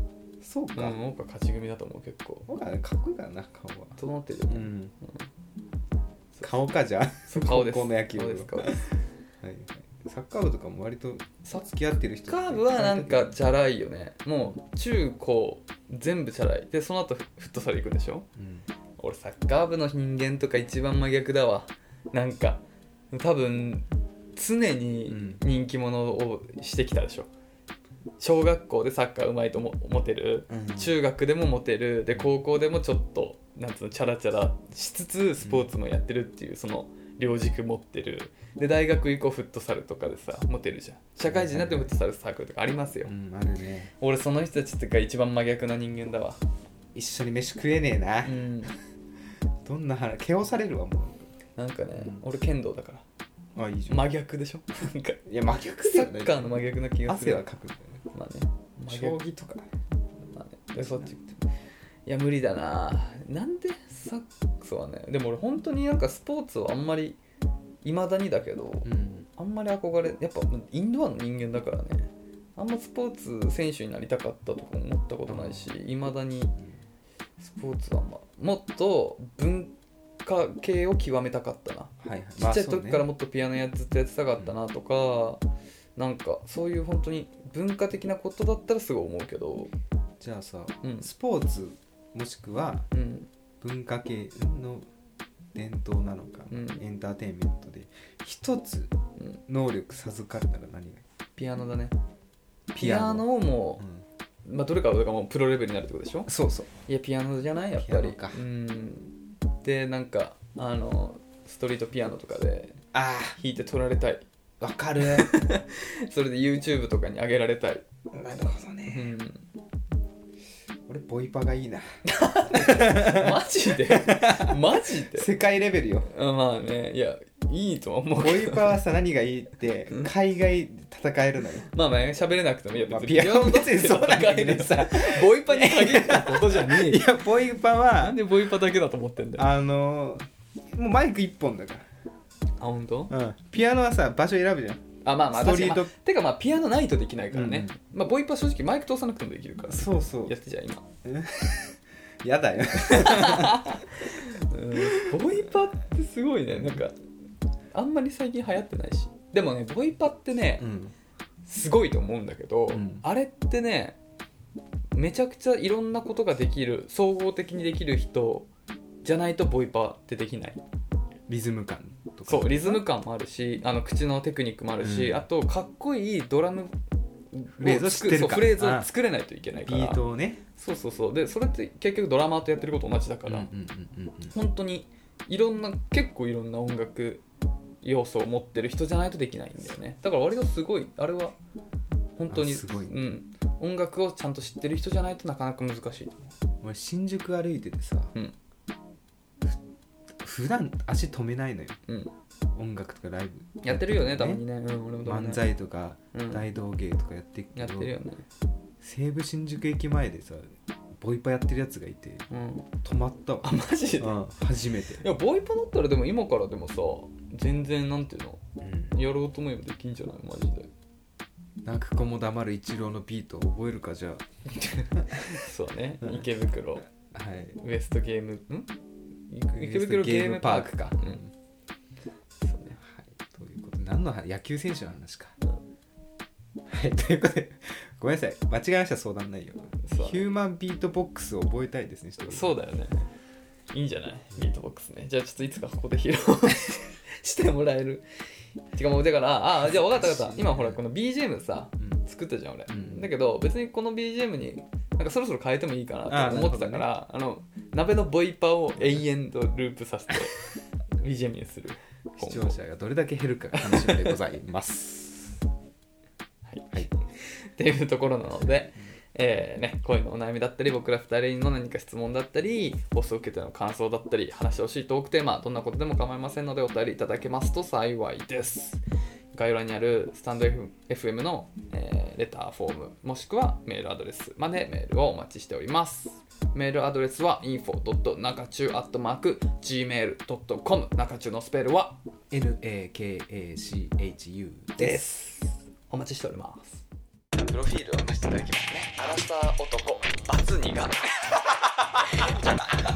Speaker 1: そうか、
Speaker 2: うん大川勝ち組だと思う結構
Speaker 1: ほらかっこいいからな顔は
Speaker 2: 整ってるよね、
Speaker 1: うん
Speaker 2: そう
Speaker 1: 顔かじゃあ
Speaker 2: そう顔です
Speaker 1: 高校の野球部
Speaker 2: 顔です顔です
Speaker 1: はいはいサッカー部とかも割と
Speaker 2: サッ
Speaker 1: 付き合ってる人
Speaker 2: カー部はなんかチャラいよねもう中高全部チャラいでその後フフットサル行くんでしょ
Speaker 1: うん
Speaker 2: 俺サッカー部の人間とか一番真逆だわなんか多分常に人気者をしてきたでしょ小学校でサッカーうまいともモテる
Speaker 1: うん
Speaker 2: 中学でもモテるで高校でもちょっとなんつうのチャラチャラしつつスポーツもやってるっていうその両軸持ってるで大学以降フットサルとかでさモテるじゃん社会人になってもフットサルサークルとかありますよ
Speaker 1: うんあるね
Speaker 2: 俺その人たちが一番真逆な人間だわ
Speaker 1: 一緒に飯食えねえな、
Speaker 2: うん
Speaker 1: どんな腹けおされるわも
Speaker 2: なんかね俺剣道だから
Speaker 1: うあいいじゃん、
Speaker 2: 真逆でしょなんか
Speaker 1: いや真逆
Speaker 2: サッカーの真
Speaker 1: 逆
Speaker 2: 逆な気がす
Speaker 1: 汗
Speaker 2: る
Speaker 1: はかくんだよね
Speaker 2: まあね真
Speaker 1: 将
Speaker 2: 逆
Speaker 1: 棋とか
Speaker 2: まあねでそっちいや無理だななんでサックスはねでも俺本当になんかスポーツはあんまりいまだにだけど
Speaker 1: うん
Speaker 2: あんまり憧れやっぱインドアの人間だからねあんまスポーツ選手になりたかったとか思ったことないしいまだにスポーツはあんまもっと文化系を極めたかったな
Speaker 1: はいはい
Speaker 2: ちっちゃい
Speaker 1: まあそう
Speaker 2: 時
Speaker 1: ね
Speaker 2: からもっとピアノやずっとやってたかったなとか、なんかそういう本当に文化的なことだったらすごい思うけど、
Speaker 1: じゃあさ
Speaker 2: うん
Speaker 1: スポーツもしくは
Speaker 2: うん、
Speaker 1: 文化系の伝統なのか、
Speaker 2: うん
Speaker 1: エンターテインメントで一つ
Speaker 2: うん
Speaker 1: 能力授かるなら何がい
Speaker 2: ピアノだね
Speaker 1: い
Speaker 2: ピアノをも
Speaker 1: う、ん
Speaker 2: う、まあ、どれかがもうプロレベルになるってことでしょ
Speaker 1: そうそう
Speaker 2: いやピアノじゃないやっぱ
Speaker 1: ピア
Speaker 2: り
Speaker 1: ノか
Speaker 2: うんでなんかあのストリートピアノとかで
Speaker 1: あ
Speaker 2: 弾いて撮られたい (laughs)
Speaker 1: あわかる
Speaker 2: それで YouTube とかに上げられたい、
Speaker 1: なるほど
Speaker 2: う
Speaker 1: ね
Speaker 2: (laughs) ん、
Speaker 1: 俺ボイパがいいな
Speaker 2: マジでマジで
Speaker 1: 世界レベルよ
Speaker 2: あまあねいやいいとは思
Speaker 1: ボ
Speaker 2: うけど
Speaker 1: イパはさ何がいいって
Speaker 2: うん
Speaker 1: 海外で戦えるのよ、
Speaker 2: まあまあ喋れなくてもいいよ、
Speaker 1: まあ、ピアノ別にそうなんだけどさ
Speaker 2: (laughs) ボイパに限ったことじゃねえ
Speaker 1: い
Speaker 2: よ
Speaker 1: やボイパ
Speaker 2: な
Speaker 1: は
Speaker 2: んでボイパだけだと思ってんだよ
Speaker 1: あのもうマイク一本だか
Speaker 2: あ本当？
Speaker 1: ら、うん、ピアノはさ場所選ぶじゃん
Speaker 2: あまあまあ
Speaker 1: ストリート
Speaker 2: 確かにまあてかまあピアノないとできないからね、まあボイパ正直マイク通さなくてもできるから
Speaker 1: そうそう
Speaker 2: やってじゃあ今
Speaker 1: やだよ
Speaker 2: うんボイパってすごいねなんかあんまり最近流行ってないしでもねボイパってね
Speaker 1: うん
Speaker 2: すごいと思うんだけど、
Speaker 1: うん
Speaker 2: あれってねめちゃくちゃいろんなことができる総合的にできる人じゃないとボイパってできない
Speaker 1: リズム感とか
Speaker 2: そうリズム感もあるしあの口のテクニックもあるし、
Speaker 1: うん
Speaker 2: あとかっこいいドラム
Speaker 1: フレーズを知ってるか
Speaker 2: そうフレーズ
Speaker 1: あ
Speaker 2: を
Speaker 1: あ
Speaker 2: 作れないといけないか
Speaker 1: ビ
Speaker 2: ら
Speaker 1: ートをね
Speaker 2: そうそうそうでそれって結局ドラマーとやってること同じだから、
Speaker 1: うんうんうんうんうん
Speaker 2: 本当にいろんな結構いろんな音楽要素を持ってる人じゃないとできないんだよねだから割とすごいあれは本当に
Speaker 1: あすごいね
Speaker 2: うん、音楽をちゃんと知ってる人じゃないとなかなか難しいと思
Speaker 1: 俺新宿歩いててさ、
Speaker 2: うん
Speaker 1: ふ普段足止めないのよ
Speaker 2: う、うん、
Speaker 1: 音楽とかライブ
Speaker 2: やってるよねたまにね、うん、俺もたまに
Speaker 1: 漫才とか、
Speaker 2: うん
Speaker 1: 大道芸とかやってっ
Speaker 2: や
Speaker 1: け
Speaker 2: っ
Speaker 1: ど
Speaker 2: てるよね、
Speaker 1: 西武新宿駅前でさボイパやってるやつがいて
Speaker 2: うん、 (laughs)
Speaker 1: 止まったわ
Speaker 2: あ、マジで、
Speaker 1: うん、初めて
Speaker 2: い、やボイパだったらでも今からでもさ全然なんていうの
Speaker 1: うん、
Speaker 2: やろうと思えばできんじゃないマジで
Speaker 1: 泣く子も黙る一郎のビートを覚えるかじゃ
Speaker 2: そうね
Speaker 1: うん
Speaker 2: 池袋
Speaker 1: あはい
Speaker 2: ウエストゲームん池袋ゲームパークか
Speaker 1: うん
Speaker 2: うんそうね
Speaker 1: はい、ということで何の話野球選手の話か、はいということでごめんなさい間違えました相談内容
Speaker 2: そう
Speaker 1: ヒューマンビートボックスを覚えたいですね
Speaker 2: そう
Speaker 1: う
Speaker 2: だよねいいんじゃないビートボックスねじゃあちょっといつかここで披露してもらえ (laughs) るてかもうだからああじゃあ分かった分か (laughs) った今ほらこの BGM さ
Speaker 1: うん
Speaker 2: 作ったじゃん俺、
Speaker 1: うん
Speaker 2: だけど別にこの BGM になんかそろそろ変えてもいいかなと思ってたからあ、の鍋のボイパを永遠とループさ (laughs) せて BGM にする
Speaker 1: 視聴者がどれだけ減るかが楽しみでございます
Speaker 2: はい、っていうところなので、えーね、恋のお悩みだったり僕ら二人の何か質問だったり放送を受けての感想だったり話してほしいトークテーマどんなことでも構いませんのでお便りいただけますと幸いです概要欄にあるスタンド F- FM の、えーレターフォームもしくはメールアドレスまでメールをお待ちしておりますメールアドレスは info.nakachu.gmail.com 中中のスペルは
Speaker 1: NAKACHU
Speaker 2: です。お待ちしております。プロフィールを出していただきますね。アラサー男、バツ2が。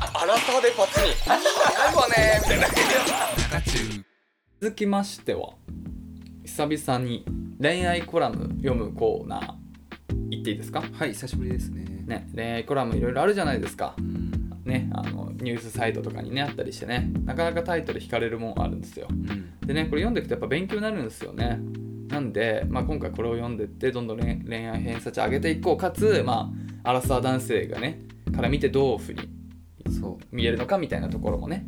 Speaker 2: (laughs) アラサーでバツ2。やるわねみたいな。続きましては、久々に恋愛コラム読むコーナー、行っていいですか
Speaker 1: はい久しぶりですね
Speaker 2: ね、恋愛コラムいろいろあるじゃないですか
Speaker 1: う。ん
Speaker 2: ね、あのニュースサイトとかにねあったりしてねなかなかタイトル惹かれるもんあるんですよ
Speaker 1: うん
Speaker 2: でねこれ読んでいくとやっぱ勉強になるんですよねなんで、まあ、今回これを読んでってどんどん恋恋愛偏差値上げていこうかつ、まあ、アラサー男性がねから見てどういうふうに
Speaker 1: そ
Speaker 2: 見えるのかみたいなところもね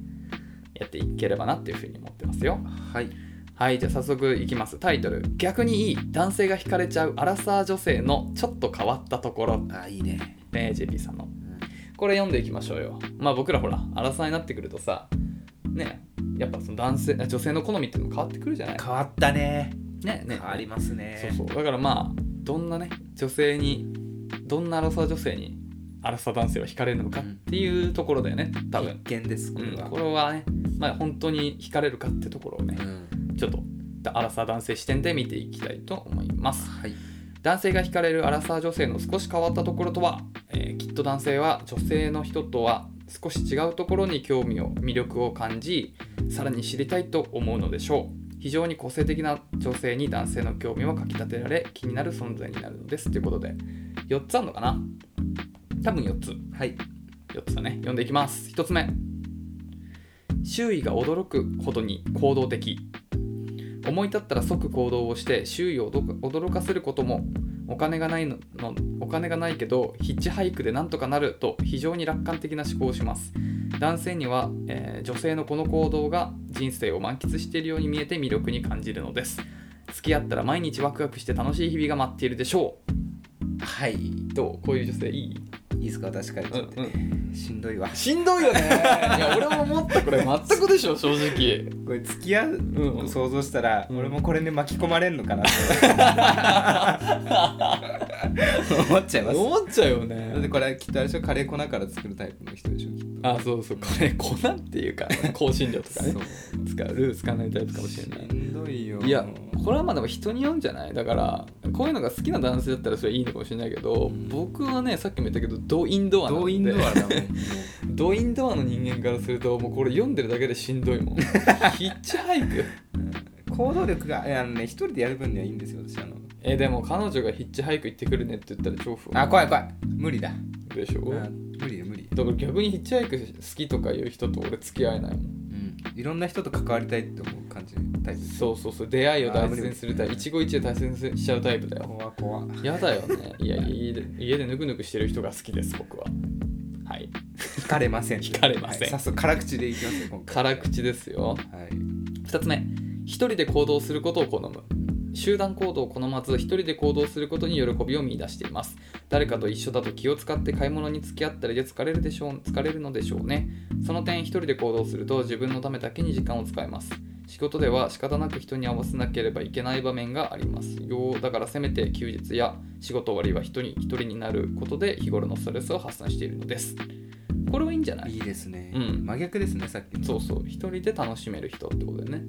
Speaker 2: やっていければなっていうふうに思ってますよ
Speaker 1: うはい
Speaker 2: はいじゃあ早速いきますタイトル「逆にいい男性が惹かれちゃうアラサー女性のちょっと変わったところ
Speaker 1: あいいね」
Speaker 2: ね JP さんの
Speaker 1: うん
Speaker 2: これ読んでいきましょうよまあ僕らほらアラサーになってくるとさねやっぱその男性女性の好みっていうのも変わってくるじゃない
Speaker 1: 変わったね
Speaker 2: ねね
Speaker 1: 変わりますね
Speaker 2: そうそうだからまあどんなね女性にどんなアラサー女性にアラサー男性は惹かれるのかっていうところだよね多分、
Speaker 1: 必見ですこ
Speaker 2: う
Speaker 1: れ
Speaker 2: ん、
Speaker 1: は
Speaker 2: これはね、まあ、本当に惹かれるかってところをね
Speaker 1: うん
Speaker 2: ちょっとアラサー男性視点で見ていきたいと思います
Speaker 1: はい
Speaker 2: 男性が惹かれるアラサー女性の少し変わったところとは、えーきっと男性は女性の人とは少し違うところに興味を魅力を感じさらに知りたいと思うのでしょう非常に個性的な女性に男性の興味をかきたてられ気になる存在になるのですということで4つあるのかな多分4つ
Speaker 1: はい
Speaker 2: 4つだね読んでいきます1つ目周囲が驚くほどに行動的思い立ったら即行動をして周囲を驚か驚かせることもお金がないののお金がないけどヒッチハイクでなんとかなると非常に楽観的な思考をします男性には、えー女性のこの行動が人生を満喫しているように見えて魅力に感じるのです付き合ったら毎日ワクワクして楽しい日々が待っているでしょ
Speaker 1: はいう
Speaker 2: どうこういう女性いい
Speaker 1: いいですか私から言って、しんどいわ
Speaker 2: しんどいよねいや俺も思ったこれ全くでしょ正直
Speaker 1: これ付き合うのを想像したら、
Speaker 2: うん
Speaker 1: 俺もこれに巻き込まれんのかなって思っちゃいます
Speaker 2: 思っちゃうよ
Speaker 1: (laughs) だって
Speaker 2: ね
Speaker 1: これきっとあれでしょカレー粉から作るタイプの人でしょきっと
Speaker 2: あそうそうこれ粉っていうか香辛料とかね
Speaker 1: そう
Speaker 2: 使うルー使わないタイプかもしれない
Speaker 1: しんどいよ
Speaker 2: いやこれはまあでも人によるんじゃないだからこういうのが好きな男性だったらそれいいのかもしれないけど、
Speaker 1: うん
Speaker 2: 僕はねさっきも言ったけどドインドアなんで
Speaker 1: ドインドアだもんも
Speaker 2: ドインドアの人間からするともうこれ読んでるだけでしんどいも (laughs) んヒッチハイク
Speaker 1: う行動力がいやあのね一人でやる分にはいいんですよ私あの
Speaker 2: えでも彼女がヒッチハイク行ってくるねって言ったら超不
Speaker 1: あ
Speaker 2: 安
Speaker 1: 怖い怖い無理だ
Speaker 2: でしょ
Speaker 1: あ無理だ無理
Speaker 2: だから逆にヒッチハイク好きとかいう人と俺付き合えないもん
Speaker 1: うんいろんな人と関わりたいって思う感じのタイプです
Speaker 2: そうそうそう出会いを大切にするタイプ
Speaker 1: あー無理無理
Speaker 2: 一期一会大切にしちゃうタイプだよ
Speaker 1: 怖怖
Speaker 2: やだよねいや家で家でぬくぬくしてる人が好きです僕ははい
Speaker 1: 惹かれません
Speaker 2: 惹かれません
Speaker 1: はい早速辛口でいきますよ今回
Speaker 2: 辛口です
Speaker 1: は
Speaker 2: よ
Speaker 1: い
Speaker 2: 2つ目一人で行動することを好む集団行動を好まず一人で行動することに喜びを見出しています誰かと一緒だと気を使って買い物に付き合ったりで疲れるでしょう疲れるのでしょうねその点一人で行動すると自分のためだけに時間を使います仕事では仕方なく人に合わせなければいけない場面がありますよだからせめて休日や仕事終わりは人に一人になることで日頃のストレスを発散しているのですこれはいいんじゃない
Speaker 1: いいですね、
Speaker 2: うん
Speaker 1: 真逆ですねさっきの
Speaker 2: そうそう一人で楽しめる人ってことだよね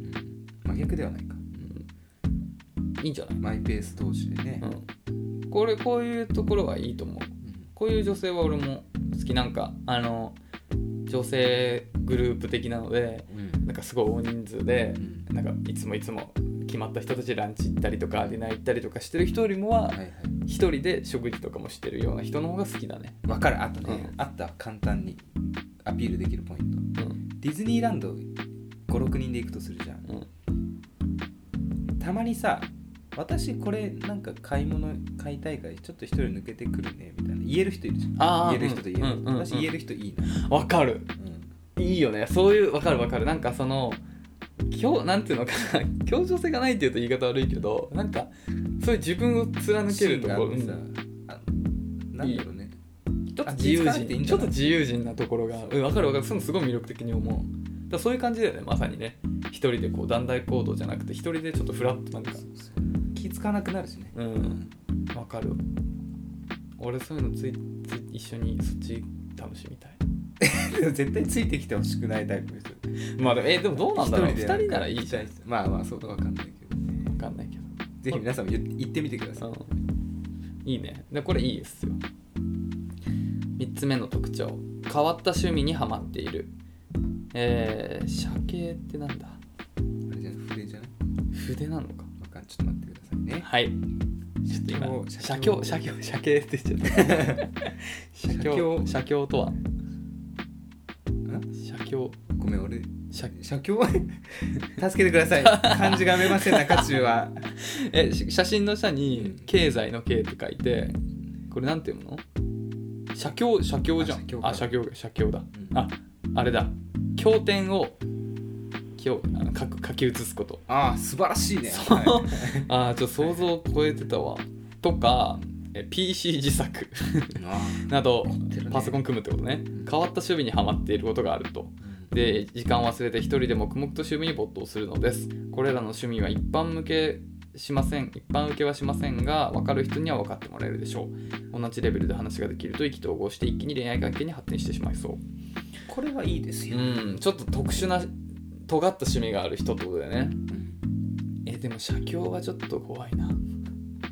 Speaker 1: うん、真逆ではないか
Speaker 2: うんいいんじゃない
Speaker 1: マイペース同士でね、
Speaker 2: うん、これこういうところはいいと思う
Speaker 1: うん
Speaker 2: こういう女性は俺も好きなんかあの女性グループ的なのでなんかすごい大人数で
Speaker 1: うん
Speaker 2: なんかいつもいつも決まった人たちランチ行ったりとかディナー行ったりとかしてる人よりもは
Speaker 1: はいはい
Speaker 2: 一人で食事とかもしてるような人の方が好きだね、
Speaker 1: わかるあとね、
Speaker 2: う
Speaker 1: あった簡単にアピールできるポイント
Speaker 2: うん
Speaker 1: ディズニーランド56人で行くとするじゃん
Speaker 2: うん、
Speaker 1: たまにさ私これなんか買い物買いたいからちょっと一人抜けてくるねみたいな言える人いるじゃ
Speaker 2: あ
Speaker 1: ん
Speaker 2: ー
Speaker 1: 言える人と言える
Speaker 2: う
Speaker 1: 人
Speaker 2: んうんうん
Speaker 1: 私言える人いいな、
Speaker 2: わかる
Speaker 1: うん
Speaker 2: いいよねそういうわかるわかるなんかその強なんていうのかな (laughs) 協調性がないっていうと言い方悪いけどなんかそういう自分を貫けるところ
Speaker 1: シーンがあってさあなんだろうね
Speaker 2: ちょっと
Speaker 1: あ
Speaker 2: 自由
Speaker 1: 気遣わなくていいんだな
Speaker 2: 人ちょっと自由人なところがうんわかるわかるそのすごい魅力的に思うだからそういう感じだよねまさにね一人でこう団体行動じゃなくて一人でちょっとフラッとなんか
Speaker 1: 気使わなくなるしね
Speaker 2: うんわかる俺そういうのついつい一緒にそっち楽しみたい
Speaker 1: (laughs) 絶対ついてきてほしくないタイプです
Speaker 2: まあでもえでもどうなんだろう
Speaker 1: 一
Speaker 2: 二
Speaker 1: 人で
Speaker 2: 人ならいいじゃん
Speaker 1: まあまあそうかわかんないけどね
Speaker 2: 分かんないけど
Speaker 1: ぜひ皆さんも言って言ってみてください
Speaker 2: いいねでこれいいですよ3つ目の特徴変わった趣味にはまっているえー、写経ってなんだ
Speaker 1: あれじゃない筆じゃない
Speaker 2: 筆なのか
Speaker 1: わかんないちょっと待ってくださいね
Speaker 2: はいちょっと今
Speaker 1: 写
Speaker 2: 写
Speaker 1: 経
Speaker 2: 経写経写経って言っちゃった (laughs) 写
Speaker 1: 写経
Speaker 2: 経写経とは
Speaker 1: ん
Speaker 2: 写経
Speaker 1: ごめん俺
Speaker 2: 写
Speaker 1: 写経 (laughs) 助けてください漢字が読めません中中は
Speaker 2: えし写真の写に
Speaker 1: うん
Speaker 2: 経済の経って書いてこれなんて読むの写経写経じ
Speaker 1: あ
Speaker 2: ゃ
Speaker 1: 写経
Speaker 2: ん
Speaker 1: か
Speaker 2: あ写経写経だ、
Speaker 1: ん
Speaker 2: ああれだ経典を経あの書く書き写すこと
Speaker 1: ああ素晴らしいね
Speaker 2: そう
Speaker 1: は
Speaker 2: あーちょっと想像を超えてたわとかえ PC
Speaker 1: (laughs)
Speaker 2: 自作
Speaker 1: いあ
Speaker 2: など
Speaker 1: てるね
Speaker 2: パソコン組むってことね
Speaker 1: ん
Speaker 2: 変わった趣味にはまっていることがあると
Speaker 1: あ
Speaker 2: で時間を忘れて一人で黙々と趣味に没頭するのですこれらの趣味は一般向けしません一般受けはしませんが分かる人には分かってもらえるでしょう同じレベルで話ができると意気投合して一気に恋愛関係に発展してしまいそ
Speaker 1: これはいいです
Speaker 2: ううんちょっと特殊な尖った趣味がある人ってことだよね
Speaker 1: うん
Speaker 2: えでも写経はちょっと怖いな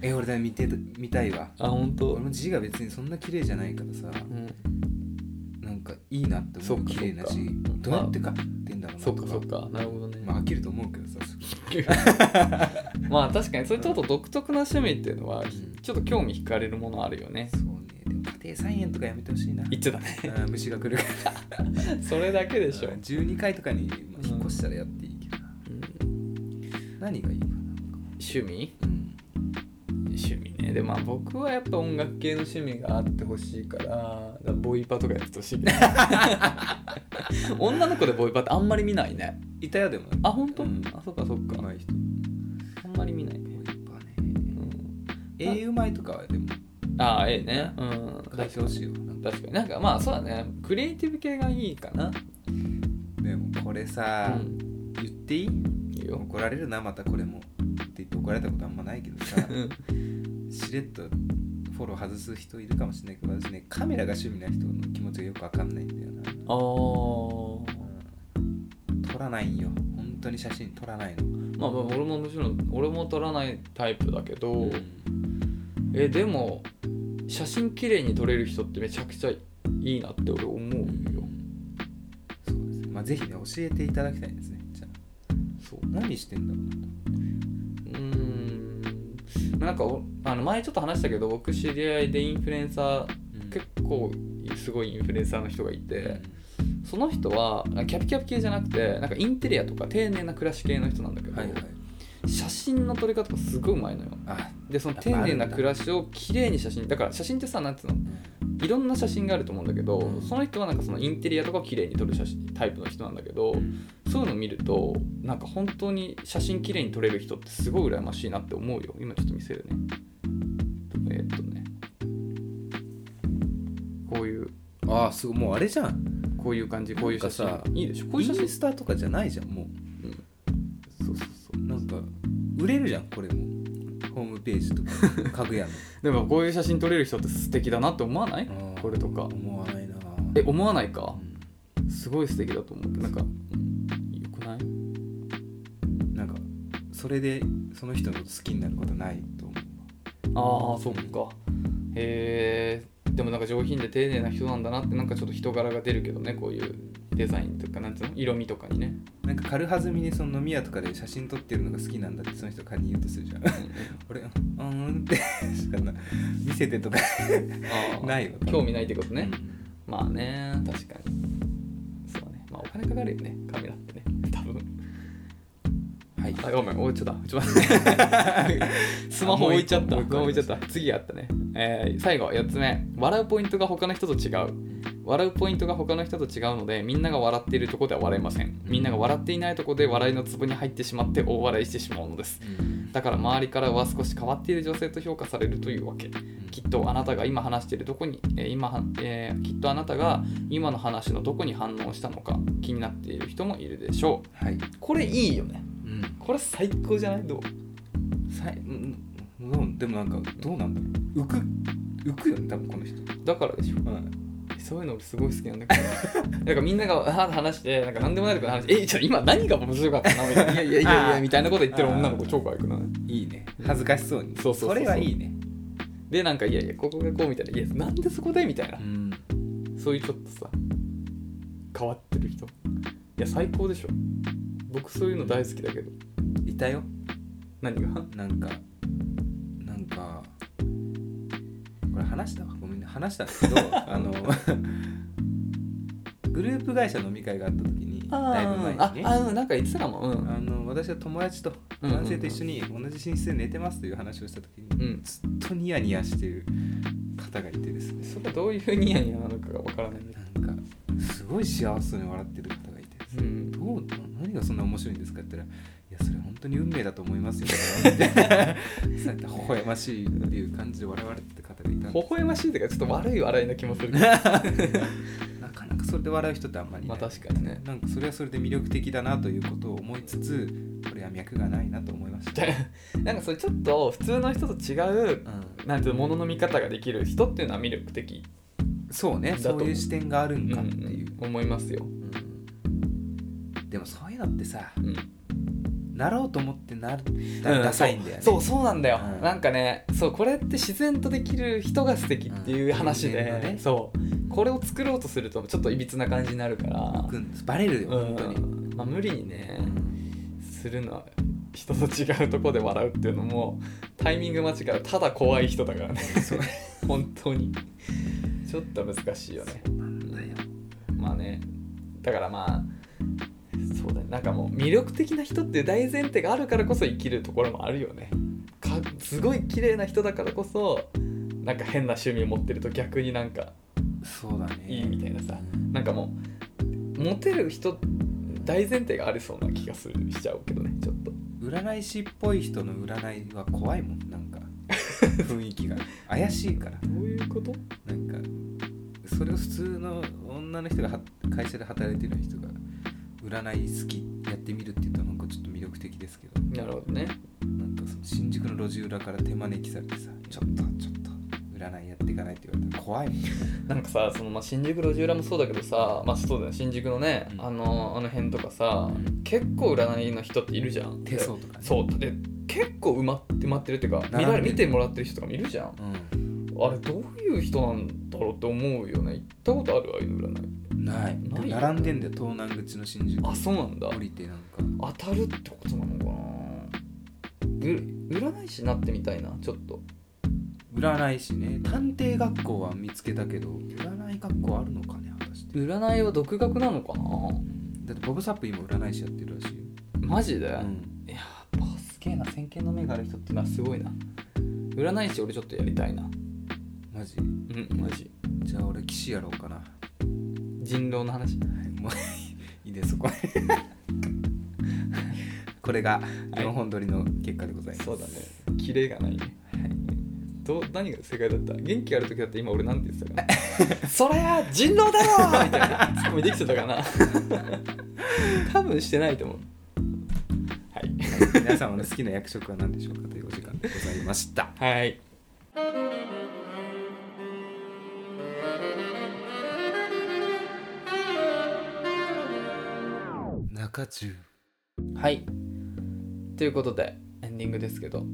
Speaker 1: え俺だ見て見たいわ
Speaker 2: あ本当
Speaker 1: 俺も字が別にそんな綺麗じゃないからさ
Speaker 2: うん
Speaker 1: なんかいいなって
Speaker 2: そ
Speaker 1: 思
Speaker 2: う
Speaker 1: う
Speaker 2: か
Speaker 1: 綺麗な
Speaker 2: そ
Speaker 1: 字
Speaker 2: うか
Speaker 1: どうやって書いてんだろうな
Speaker 2: そ
Speaker 1: とか
Speaker 2: っかそっかなるほどね、
Speaker 1: まあ飽きると思うけどさ
Speaker 2: (laughs) まあ確かにそういうちょっと独特な趣味っていうのは
Speaker 1: ん
Speaker 2: ちょっと興味惹かれるものあるよね
Speaker 1: そうねでも家庭菜園とかやめてほしいな
Speaker 2: 言ってたね
Speaker 1: あー虫が来るから
Speaker 2: それだけでしょ
Speaker 1: うん12回とかにまあ引っ越したらやっていいけどな、何がいいかな、
Speaker 2: 趣味
Speaker 1: うん、
Speaker 2: 趣味ねでまあ僕はやっぱ音楽系の趣味があってほしいからだからボイパとかやってほしいけど (laughs) 女の子でボイパってあんまり見ないね
Speaker 1: イタヤでも
Speaker 2: あ本当、
Speaker 1: うん
Speaker 2: あそっかそっか、
Speaker 1: うまい人
Speaker 2: あんまり見ないね、
Speaker 1: ボイパね
Speaker 2: うん、
Speaker 1: えうまいとかはでも
Speaker 2: ああええねうん
Speaker 1: 代表しようなんか
Speaker 2: 確かになんかまあそうだねクリエイティブ系がいいかな
Speaker 1: でもこれさ、
Speaker 2: うん
Speaker 1: 言っていい
Speaker 2: いいよ
Speaker 1: 怒られるなまたこれもって言って怒られたことあんまないけどさ
Speaker 2: うん
Speaker 1: しれっとフォロー外す人いるかもしれないけど私ねカメラが趣味な人の気持ちがよくわかんないんだよな
Speaker 2: あー
Speaker 1: 撮らないんよ本当に写真撮らないの、
Speaker 2: まあまあ俺ももちろん俺も撮らないタイプだけど、
Speaker 1: うん
Speaker 2: えでも写真綺麗に撮れる人ってめちゃくちゃいいなって俺思うよ
Speaker 1: そうですねまあぜひね教えていただきたいですねじゃあ
Speaker 2: そう
Speaker 1: 何してんだろ
Speaker 2: うーんなんかおあの前ちょっと話したけど僕知り合いでインフルエンサー
Speaker 1: うな、うん
Speaker 2: 結構すごいインフルエンサーの人がい
Speaker 1: うん
Speaker 2: てその人はキャピキャピ系じゃなくてなんかインテリアとか丁寧な暮らし系の人なんだけど、
Speaker 1: はいはい
Speaker 2: 写真の撮り方がすごいうまいのよ
Speaker 1: あ
Speaker 2: でその丁寧な暮らしを綺麗に写真だから写真ってさなんつうのいろんな写真があると思うんだけど、
Speaker 1: うん
Speaker 2: その人はなんかそのインテリアとかを綺麗に撮る写真タイプの人なんだけど、そういうのを見るとなんか本当に写真綺麗に撮れる人ってすごい羨ましいなって思うよ今ちょっと見せるねえっとねこういう
Speaker 1: ああすごいもうあれじゃん
Speaker 2: こういう感じこういう写真
Speaker 1: なんかさ
Speaker 2: いいでしょこ
Speaker 1: こ
Speaker 2: う
Speaker 1: う
Speaker 2: い
Speaker 1: いうう写
Speaker 2: 写真
Speaker 1: 真スターとかじゃないじゃんも
Speaker 2: そうそうそう
Speaker 1: なんか売れるじゃんこれもホームページとか家具
Speaker 2: (laughs)
Speaker 1: 屋の
Speaker 2: うでもこういう写真撮れる人って素敵だなって思わない
Speaker 1: あー
Speaker 2: これとか
Speaker 1: 思わないな
Speaker 2: え思わないか
Speaker 1: う
Speaker 2: すごい素敵だと思ってなんかうんよくない
Speaker 1: んなんかそれでその人のこと好きになることないと思う
Speaker 2: ああそっかへえでもなんか上品で丁寧な人なんだなってなんかちょっと人柄が出るけどねこういうデザインとかなんていうの色味とかにね
Speaker 1: なんか軽はずみにその飲み屋とかで写真撮ってるのが好きなんだってその人が仮に言うとするじゃん俺うーんってしかな見せてと
Speaker 2: (laughs)
Speaker 1: か
Speaker 2: あー
Speaker 1: ないわ
Speaker 2: 興味ないってことね
Speaker 1: ね、
Speaker 2: まあね確かにそうねまあお金かかるよねカメラってね多分
Speaker 1: はい
Speaker 2: あごめん置いちゃったちょっと待って (laughs) スマホ置いちゃった
Speaker 1: もう一個
Speaker 2: 置いちゃった次あったね、えー最後4つ目笑うポイントが他の人と違う笑うポイントが他の人と違うのでみんなが笑っているとこでは笑いませんみんなが笑っていないとこで笑いのツボに入ってしまって大笑いしてしまうのです
Speaker 1: うん
Speaker 2: だから周りからは少し変わっている女性と評価されるというわけきっとあなたが今話しているどこに、えー今は、えーきっとあなたが今の話のどこに反応したのか気になっている人もいるでしょ
Speaker 1: はい、
Speaker 2: うこれいいよね
Speaker 1: うん、
Speaker 2: これ最高じゃないどう
Speaker 1: さいうんうんどうでもなんかどうなんだろう浮く浮くよね多分この人、
Speaker 2: だからでしょ
Speaker 1: うん、
Speaker 2: そういうの俺すごい好きなんだけど (laughs) なんかみんながわーって話してなんか何でもないとこの話えちょっと今何が面白かったのみたいな「いやいやいやい
Speaker 1: (laughs) あ
Speaker 2: や」
Speaker 1: ー
Speaker 2: みたいなこと言ってる女の子超可愛くない
Speaker 1: いいね恥ずかしそうに
Speaker 2: そうそうそうそう
Speaker 1: れはいいね
Speaker 2: でなんか「いやいやここがこう」みたいな「いやなんでそこで?」みたいな
Speaker 1: うん
Speaker 2: そういうちょっとさ変わってる人いや最高でしょ僕そういうの大好きだけど
Speaker 1: いたよ
Speaker 2: 何が
Speaker 1: なんかなんかこれ話したわごめんね話したんですけ
Speaker 2: (laughs)
Speaker 1: どあのグループ会社飲み会があった時にだいぶ前にね
Speaker 2: ああうんなんか言ってたかもうん
Speaker 1: あの私は友達と
Speaker 2: うんうんうん
Speaker 1: 男性と一緒に同じ寝室で寝てますという話をした時に、
Speaker 2: うん
Speaker 1: ずっとニヤニヤしてる方がいてですね
Speaker 2: それはどういうニヤニヤなのかがわからないんだ
Speaker 1: なんかすごい幸せそうに笑ってる方がいてですね
Speaker 2: うん
Speaker 1: どうな何がそんな面白いんですかって言ったら「いやそれ本当に運命だと思いますよ」みたいなそうやって微笑ましいっていう感じで笑われてた方がいたんで
Speaker 2: 微笑ましいというかちょっと悪い笑いな気もするけど
Speaker 1: (laughs) なかなかそれで笑う人ってあんまりいな
Speaker 2: まあ
Speaker 1: い、
Speaker 2: 確かにね
Speaker 1: なんかそれはそれで魅力的だなということを思いつつこれは脈がないなと思いました、
Speaker 2: (laughs) なんかそれちょっと普通の人と違う
Speaker 1: うん、
Speaker 2: なんていうのものの見方ができる人っていうのは魅力的、
Speaker 1: そうね
Speaker 2: だと
Speaker 1: そ
Speaker 2: 思う
Speaker 1: ういう視点があるん
Speaker 2: う
Speaker 1: かってい
Speaker 2: ん
Speaker 1: う、、
Speaker 2: 思いますよ、
Speaker 1: うんでもそういうのってさ
Speaker 2: うん、
Speaker 1: なろうと思ってなるダサいんだよね、
Speaker 2: そうそうなんだよ、
Speaker 1: うん
Speaker 2: なんかねそうこれって自然とできる人が素敵っていう話で、
Speaker 1: うん人間のね
Speaker 2: そうこれを作ろうとするとちょっといびつな感じになるから
Speaker 1: うんバレるよ本当に、
Speaker 2: うんまあ、無理にねするのは人と違うとこで笑うっていうのもタイミング間違うただ怖い人だからね
Speaker 1: そう
Speaker 2: (laughs) 本当にちょっと難しいよね
Speaker 1: なんだよ
Speaker 2: まあねだからまあそうだねなんかもう魅力的な人っていう大前提があるからこそ生きるところもあるよねかすごい綺麗な人だからこそなんか変な趣味を持ってると逆になんか
Speaker 1: そうだね
Speaker 2: いいみたいなさなんかもうモテる人大前提がありそうな気がするしちゃうけどねちょっと
Speaker 1: 占い師っぽい人の占いは怖いもんなんか雰囲気が怪しいから
Speaker 2: どういうこと
Speaker 1: なんかそれを普通の女の人がは会社で働いてる人が占い好きやってみるって言ったらなんかちょっと魅力的ですけど
Speaker 2: なるほどね
Speaker 1: なんかその新宿の路地裏から手招きされてさちょっとちょっと占いやっていかないって言われたら怖いもん
Speaker 2: なんかさその、まあ、新宿路地裏もそうだけどさ、まあ、そうだよ新宿のね、
Speaker 1: うん
Speaker 2: あのあの辺とかさ、
Speaker 1: うん
Speaker 2: 結構占いの人っているじゃん
Speaker 1: 手相とかね
Speaker 2: そうで結構埋まって埋まってるっていうか見
Speaker 1: 並んでる
Speaker 2: られ見てもらってる人とかもいるじゃんあれどういう人なんだろうって思うよね行ったことあるああいうの占い
Speaker 1: うんない
Speaker 2: ない
Speaker 1: で並んでんだよ東南口の新宿
Speaker 2: あそうなんだ
Speaker 1: 降りてなんか
Speaker 2: 当たるってことなのかなう占い師になってみたいなちょっと
Speaker 1: 占い師ね探偵学校は見つけたけど占い学校あるのかね果たして
Speaker 2: 占いは独学なのか
Speaker 1: だってボブ・サップ今占い師やってるらしいよ、
Speaker 2: なマジで、
Speaker 1: うん、
Speaker 2: いややっぱすげえな先見の目がある人ってのはすごいな占い師俺ちょっとやりたいな
Speaker 1: マジ
Speaker 2: うんマジ
Speaker 1: じゃあ俺騎士やろうかな
Speaker 2: 人狼の話
Speaker 1: もういいです (laughs) そここれが4本撮りの結果でございます、
Speaker 2: そうだねキレがないねどう何が正解だった元気ある時だって今俺なんて言ってたかな (laughs) そりゃ人狼だろ (laughs) みたいなツッコミできてたかな (laughs) 多分してないと思うはい
Speaker 1: 皆様の好きな役職は何でしょうかというお時間でございました
Speaker 2: はい
Speaker 1: 中中
Speaker 2: はいということでエンディングですけど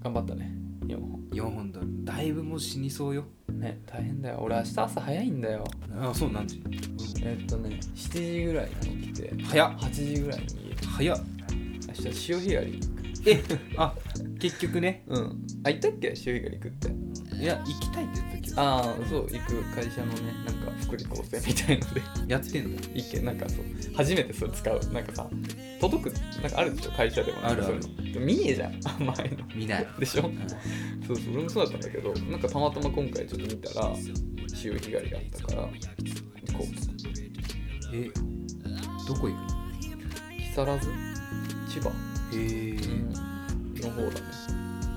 Speaker 2: 頑張ったね4本
Speaker 1: 4本撮りだいぶもう死にそうよ
Speaker 2: ね大変だよ俺明日朝早いんだよ
Speaker 1: ああそう何時
Speaker 2: えっとね7時ぐらいに起きて
Speaker 1: 早っ
Speaker 2: 8時ぐらいに
Speaker 1: 早っ
Speaker 2: 明日潮干狩り
Speaker 1: えあ結局ね
Speaker 2: うんあ行ったっけ潮干狩り行くって
Speaker 1: いや行きたいって言ってたけ
Speaker 2: ああそう行く会社のねなんか福利厚生みたいの
Speaker 1: ど
Speaker 2: で (laughs)
Speaker 1: やってんの
Speaker 2: 一見なんかそう初めてそれ使うなんかさ届くなんかあるでしょ会社でも
Speaker 1: あるある
Speaker 2: そういうのでも見えじゃん (laughs) 甘いの
Speaker 1: 見ない
Speaker 2: (laughs) でしょ
Speaker 1: うん
Speaker 2: そうそう俺もそうだったんだけどなんかたまたま今回ちょっと見たら潮潮干狩りがあったからこう
Speaker 1: えどこ行くの
Speaker 2: 木更津千葉
Speaker 1: へえ
Speaker 2: の方だね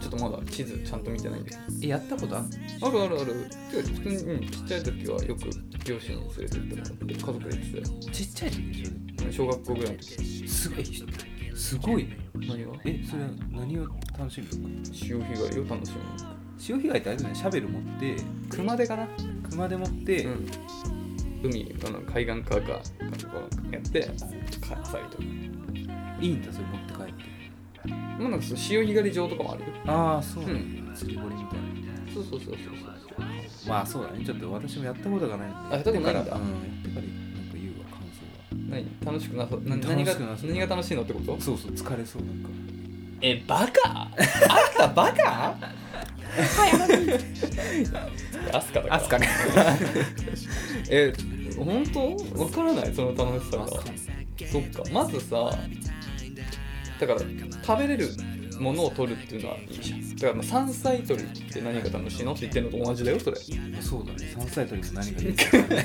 Speaker 2: ちょっとまだ地図ちゃんと見てないんだけど
Speaker 1: えやったことあんの
Speaker 2: あるあるあるてか普通に、うん、ちっちゃい時はよく両親に連れてってもらって家族で行ってたよ
Speaker 1: ちっちゃい時でしょ
Speaker 2: 小学校ぐらいの時
Speaker 1: すごいすごいね
Speaker 2: 何が
Speaker 1: えそれは何を楽しむの
Speaker 2: 潮干狩りを楽しむ
Speaker 1: 潮干狩りってあれだよねシャベル持って
Speaker 2: 熊手かな
Speaker 1: 熊で持って、
Speaker 2: うん、海あの海岸かかとかやってかあさりとか
Speaker 1: いいんだそれ持って帰って
Speaker 2: まあなんかその潮干狩り場とかもあるよ
Speaker 1: ああそう
Speaker 2: う
Speaker 1: なんだ、
Speaker 2: ん
Speaker 1: 釣り堀みたいな
Speaker 2: そうそうそうそうそう
Speaker 1: まあそうだねちょっと私もやったことがない
Speaker 2: あやったことないんだ
Speaker 1: やってからうん、やってからなんか言うわ感想
Speaker 2: 何楽しくなさな
Speaker 1: 楽しく
Speaker 2: 何が
Speaker 1: なさ
Speaker 2: 何が楽しいのってこと
Speaker 1: はそうそう疲れそうなんか
Speaker 2: えバカあんたバカ (laughs) アスカだから
Speaker 1: ね
Speaker 2: え本当わからないその楽しさが
Speaker 1: (laughs) あそう
Speaker 2: そっかまずさだから食べれるものを取るっていうのはいいじゃんだからまあ山菜取るって何が楽しいのって言ってるのと同じだよそれ
Speaker 1: そうだね山菜採りも何がいい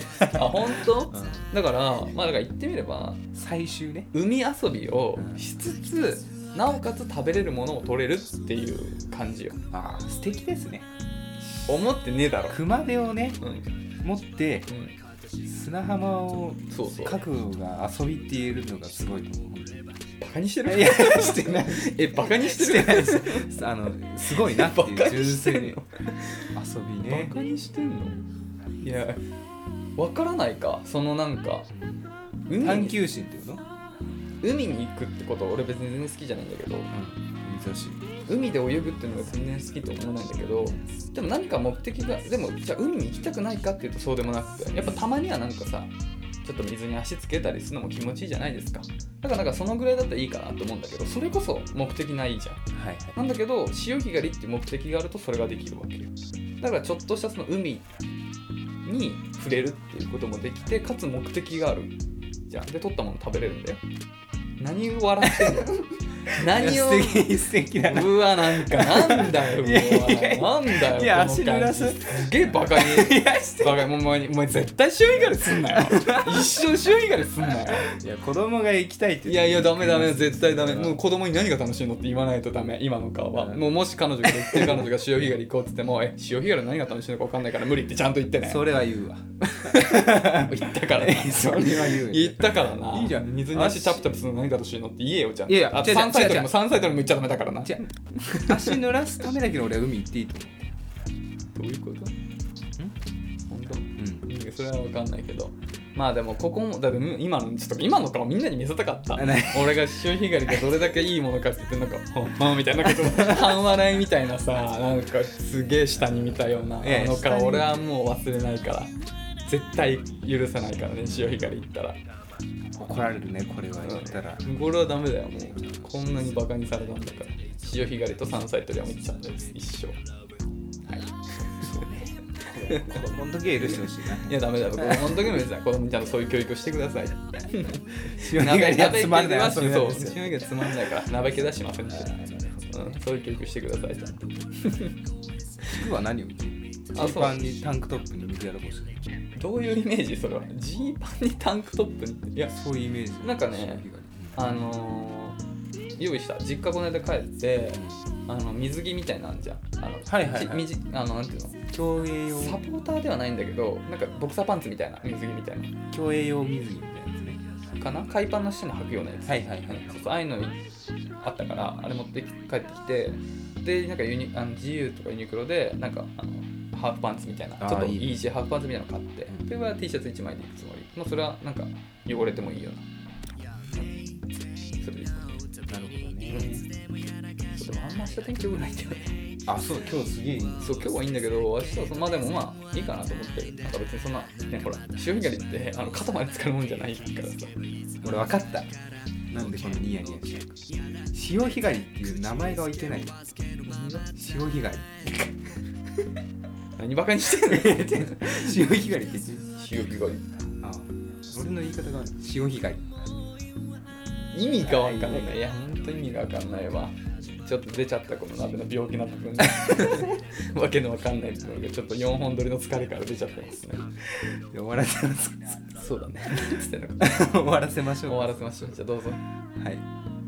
Speaker 1: (laughs) か、ね
Speaker 2: (laughs) あ本当
Speaker 1: うん、
Speaker 2: だからまあだから言ってみれば
Speaker 1: 最終ね
Speaker 2: 海遊びをしつつなおかつ食べれるものを取れるっていう感じよ
Speaker 1: ああ素敵ですね
Speaker 2: 思ってねえだろ
Speaker 1: 熊手をね
Speaker 2: うん、うん、
Speaker 1: 持って砂浜を
Speaker 2: そうそう
Speaker 1: 覚悟が遊びって言えるのがすごいと思う
Speaker 2: バカにしてる
Speaker 1: いやしてない
Speaker 2: えバカに (laughs) してる
Speaker 1: ないですあのすごいなってい
Speaker 2: バカ
Speaker 1: う
Speaker 2: に
Speaker 1: 純
Speaker 2: して
Speaker 1: 粋
Speaker 2: ん
Speaker 1: に
Speaker 2: の
Speaker 1: 遊びね
Speaker 2: バカにしてんのいやわからないかそのなんか海に
Speaker 1: 探求心っていうの、
Speaker 2: 海に行くってこと俺別に全然好きじゃないんだけど
Speaker 1: うん、珍しい
Speaker 2: 海で泳ぐっていうのが全然好きと思わないんだけどでも何か目的がでもじゃあ海に行きたくないかっていうとそうでもなくてやっぱたまにはなんかさちょっと水に足つけたりするのも気持ちいいじゃないですかだからなんかそのぐらいだったらいいかなと思うんだけどそれこそ目的ないじゃん
Speaker 1: はい
Speaker 2: なんだけど潮干狩りっていう目的があるとそれができるわけよだからちょっとしたその海に触れるっていうこともできてかつ目的があるじゃんで取ったもの食べれるんだよ何を笑っ
Speaker 1: (laughs)
Speaker 2: てんの何を
Speaker 1: いや素敵素敵だな
Speaker 2: うわなんかなんだよも
Speaker 1: いやいやいう
Speaker 2: なんだよ
Speaker 1: いや
Speaker 2: この
Speaker 1: 足濡らす
Speaker 2: 感じすげえバカにバカにお前お前絶対潮干狩りすんなよ一生潮干狩りすんなよ
Speaker 1: いや子供が行きたいって
Speaker 2: いやいやダメダメ絶対ダメ
Speaker 1: うん
Speaker 2: もう子供に何が楽しいのって言わないとダメ今の顔は
Speaker 1: うん
Speaker 2: もうもし彼女が言ってる彼女が潮干狩り行こうって言って (laughs) もえ潮干狩り何が楽しいのか分かんないから無理ってちゃんと言ってね
Speaker 1: それは言うわ
Speaker 2: (laughs) 言ったからな
Speaker 1: それは言うよ
Speaker 2: 言ったからない
Speaker 1: いじゃん
Speaker 2: 水に足タプタプするの何が楽しいのって言えよじゃん
Speaker 1: いやいや
Speaker 2: あ
Speaker 1: 違う違う
Speaker 2: 山菜採り
Speaker 1: 違う
Speaker 2: も山菜採りも言っちゃダメだからな
Speaker 1: じゃあ足濡らすためだけど俺は海行っていいと思
Speaker 2: どういうこと本当
Speaker 1: う、うん
Speaker 2: うんそれは分かんないけどまあでもここもだって今のちょっと今の顔みんなに見せたかった
Speaker 1: ね
Speaker 2: 俺が潮干狩りがどれだけいいものかって言ってなんか「ほんま」みたいなこと
Speaker 1: (laughs)
Speaker 2: 半笑いみたいなさなんかすげえ下に見たようなあ
Speaker 1: いや
Speaker 2: の
Speaker 1: 下に
Speaker 2: 顔俺はもう忘れないから絶対許さないからね潮干狩り行ったら
Speaker 1: 怒られるねこれは言ったら、
Speaker 2: これはダメだよもうこんなにバカにされたんだから潮干狩りと山菜採りはもう行っちゃうんです一生
Speaker 1: 子供の時は許してほしいない
Speaker 2: やダメだよ子供の時も別に子供にちゃんとそういう教育をしてください
Speaker 1: 潮干狩りはつまんない
Speaker 2: そう
Speaker 1: 遊びなんです
Speaker 2: 潮
Speaker 1: よ
Speaker 2: 干がつまんないから鍋け出しませんって
Speaker 1: あーなるほど
Speaker 2: うんそういう教育してくださいちゃんと
Speaker 1: 服は何を着てる
Speaker 2: あ
Speaker 1: ジーパンにタンクトップに水やらぼし
Speaker 2: どういうイメージそれはジーパンにタンクトップにいや
Speaker 1: そういうイメージ
Speaker 2: なんかねあのー用意した実家この間帰ってあの水着みたいなんじゃんあ
Speaker 1: は
Speaker 2: の、
Speaker 1: いはいはい
Speaker 2: ちみじあのなんていうの
Speaker 1: 競泳用
Speaker 2: サポーターではないんだけどなんかボクサーパンツみたいな水着みたいな
Speaker 1: 競泳用水着みたいなやつね
Speaker 2: かな海パンの下に履くようなやつ
Speaker 1: はいはい
Speaker 2: うんそうそうああいうのあったからあれ持ってき帰ってきてでなんかユニあの自由とかユニクロでなんかあのハーフパンツみたいな
Speaker 1: あー
Speaker 2: ちょっと
Speaker 1: いいね
Speaker 2: イージーハーフパンツみたいなの買って
Speaker 1: うん
Speaker 2: それは T シャツ1枚でいくつもりもうそれはなんか汚れてもいいようなそれでいいか
Speaker 1: なるほどね
Speaker 2: そうでもあんま明日天気良くないんだよね
Speaker 1: あそう今日すげえいい
Speaker 2: そう今日はいいんだけど明日はそまあでもまあいいかなと思ってなんか別にそんなねほら潮干狩りってあの肩まで使うもんじゃないからさ
Speaker 1: 俺分かったなんでこのニヤニヤしてるか潮干狩りっていう名前が置いてない潮干狩
Speaker 2: 何バカにしてんの
Speaker 1: り潮干狩りって言って
Speaker 2: 潮干狩り
Speaker 1: あ俺の言い方が潮干狩り
Speaker 2: 意味がわかんないいや本当意味がわかんないわちょっと出ちゃったこの鍋の病気な部分 (laughs) わけのわかんない部分がちょっと4本撮りの疲れから出ちゃってますね
Speaker 1: 終わらせます
Speaker 2: そうだねつってんのか
Speaker 1: 終わらせまし
Speaker 2: 終
Speaker 1: ょう
Speaker 2: わらせましょうじゃあどうぞ
Speaker 1: はい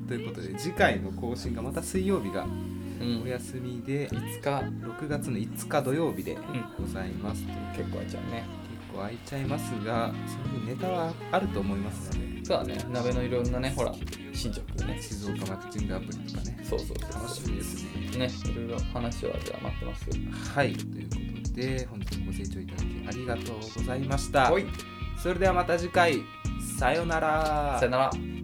Speaker 1: ということで次回の更新がまた水曜日が
Speaker 2: うん
Speaker 1: お
Speaker 2: 5
Speaker 1: 休みで
Speaker 2: 日
Speaker 1: 6月の5日土曜日で
Speaker 2: ん
Speaker 1: ございますという
Speaker 2: 結構あっちゃうね
Speaker 1: 結構空いちゃいますがその分ネタはあると思いますので
Speaker 2: そうだね鍋のいろんなねほら進捗でね
Speaker 1: 静岡マッチングアプリとかね
Speaker 2: そうそうそう
Speaker 1: 楽しみですね
Speaker 2: ねいろいろ話はじゃあ待ってます
Speaker 1: はいということで本日もご清聴いただきありがとうございました
Speaker 2: はい
Speaker 1: それではまた次回さようなら
Speaker 2: さよなら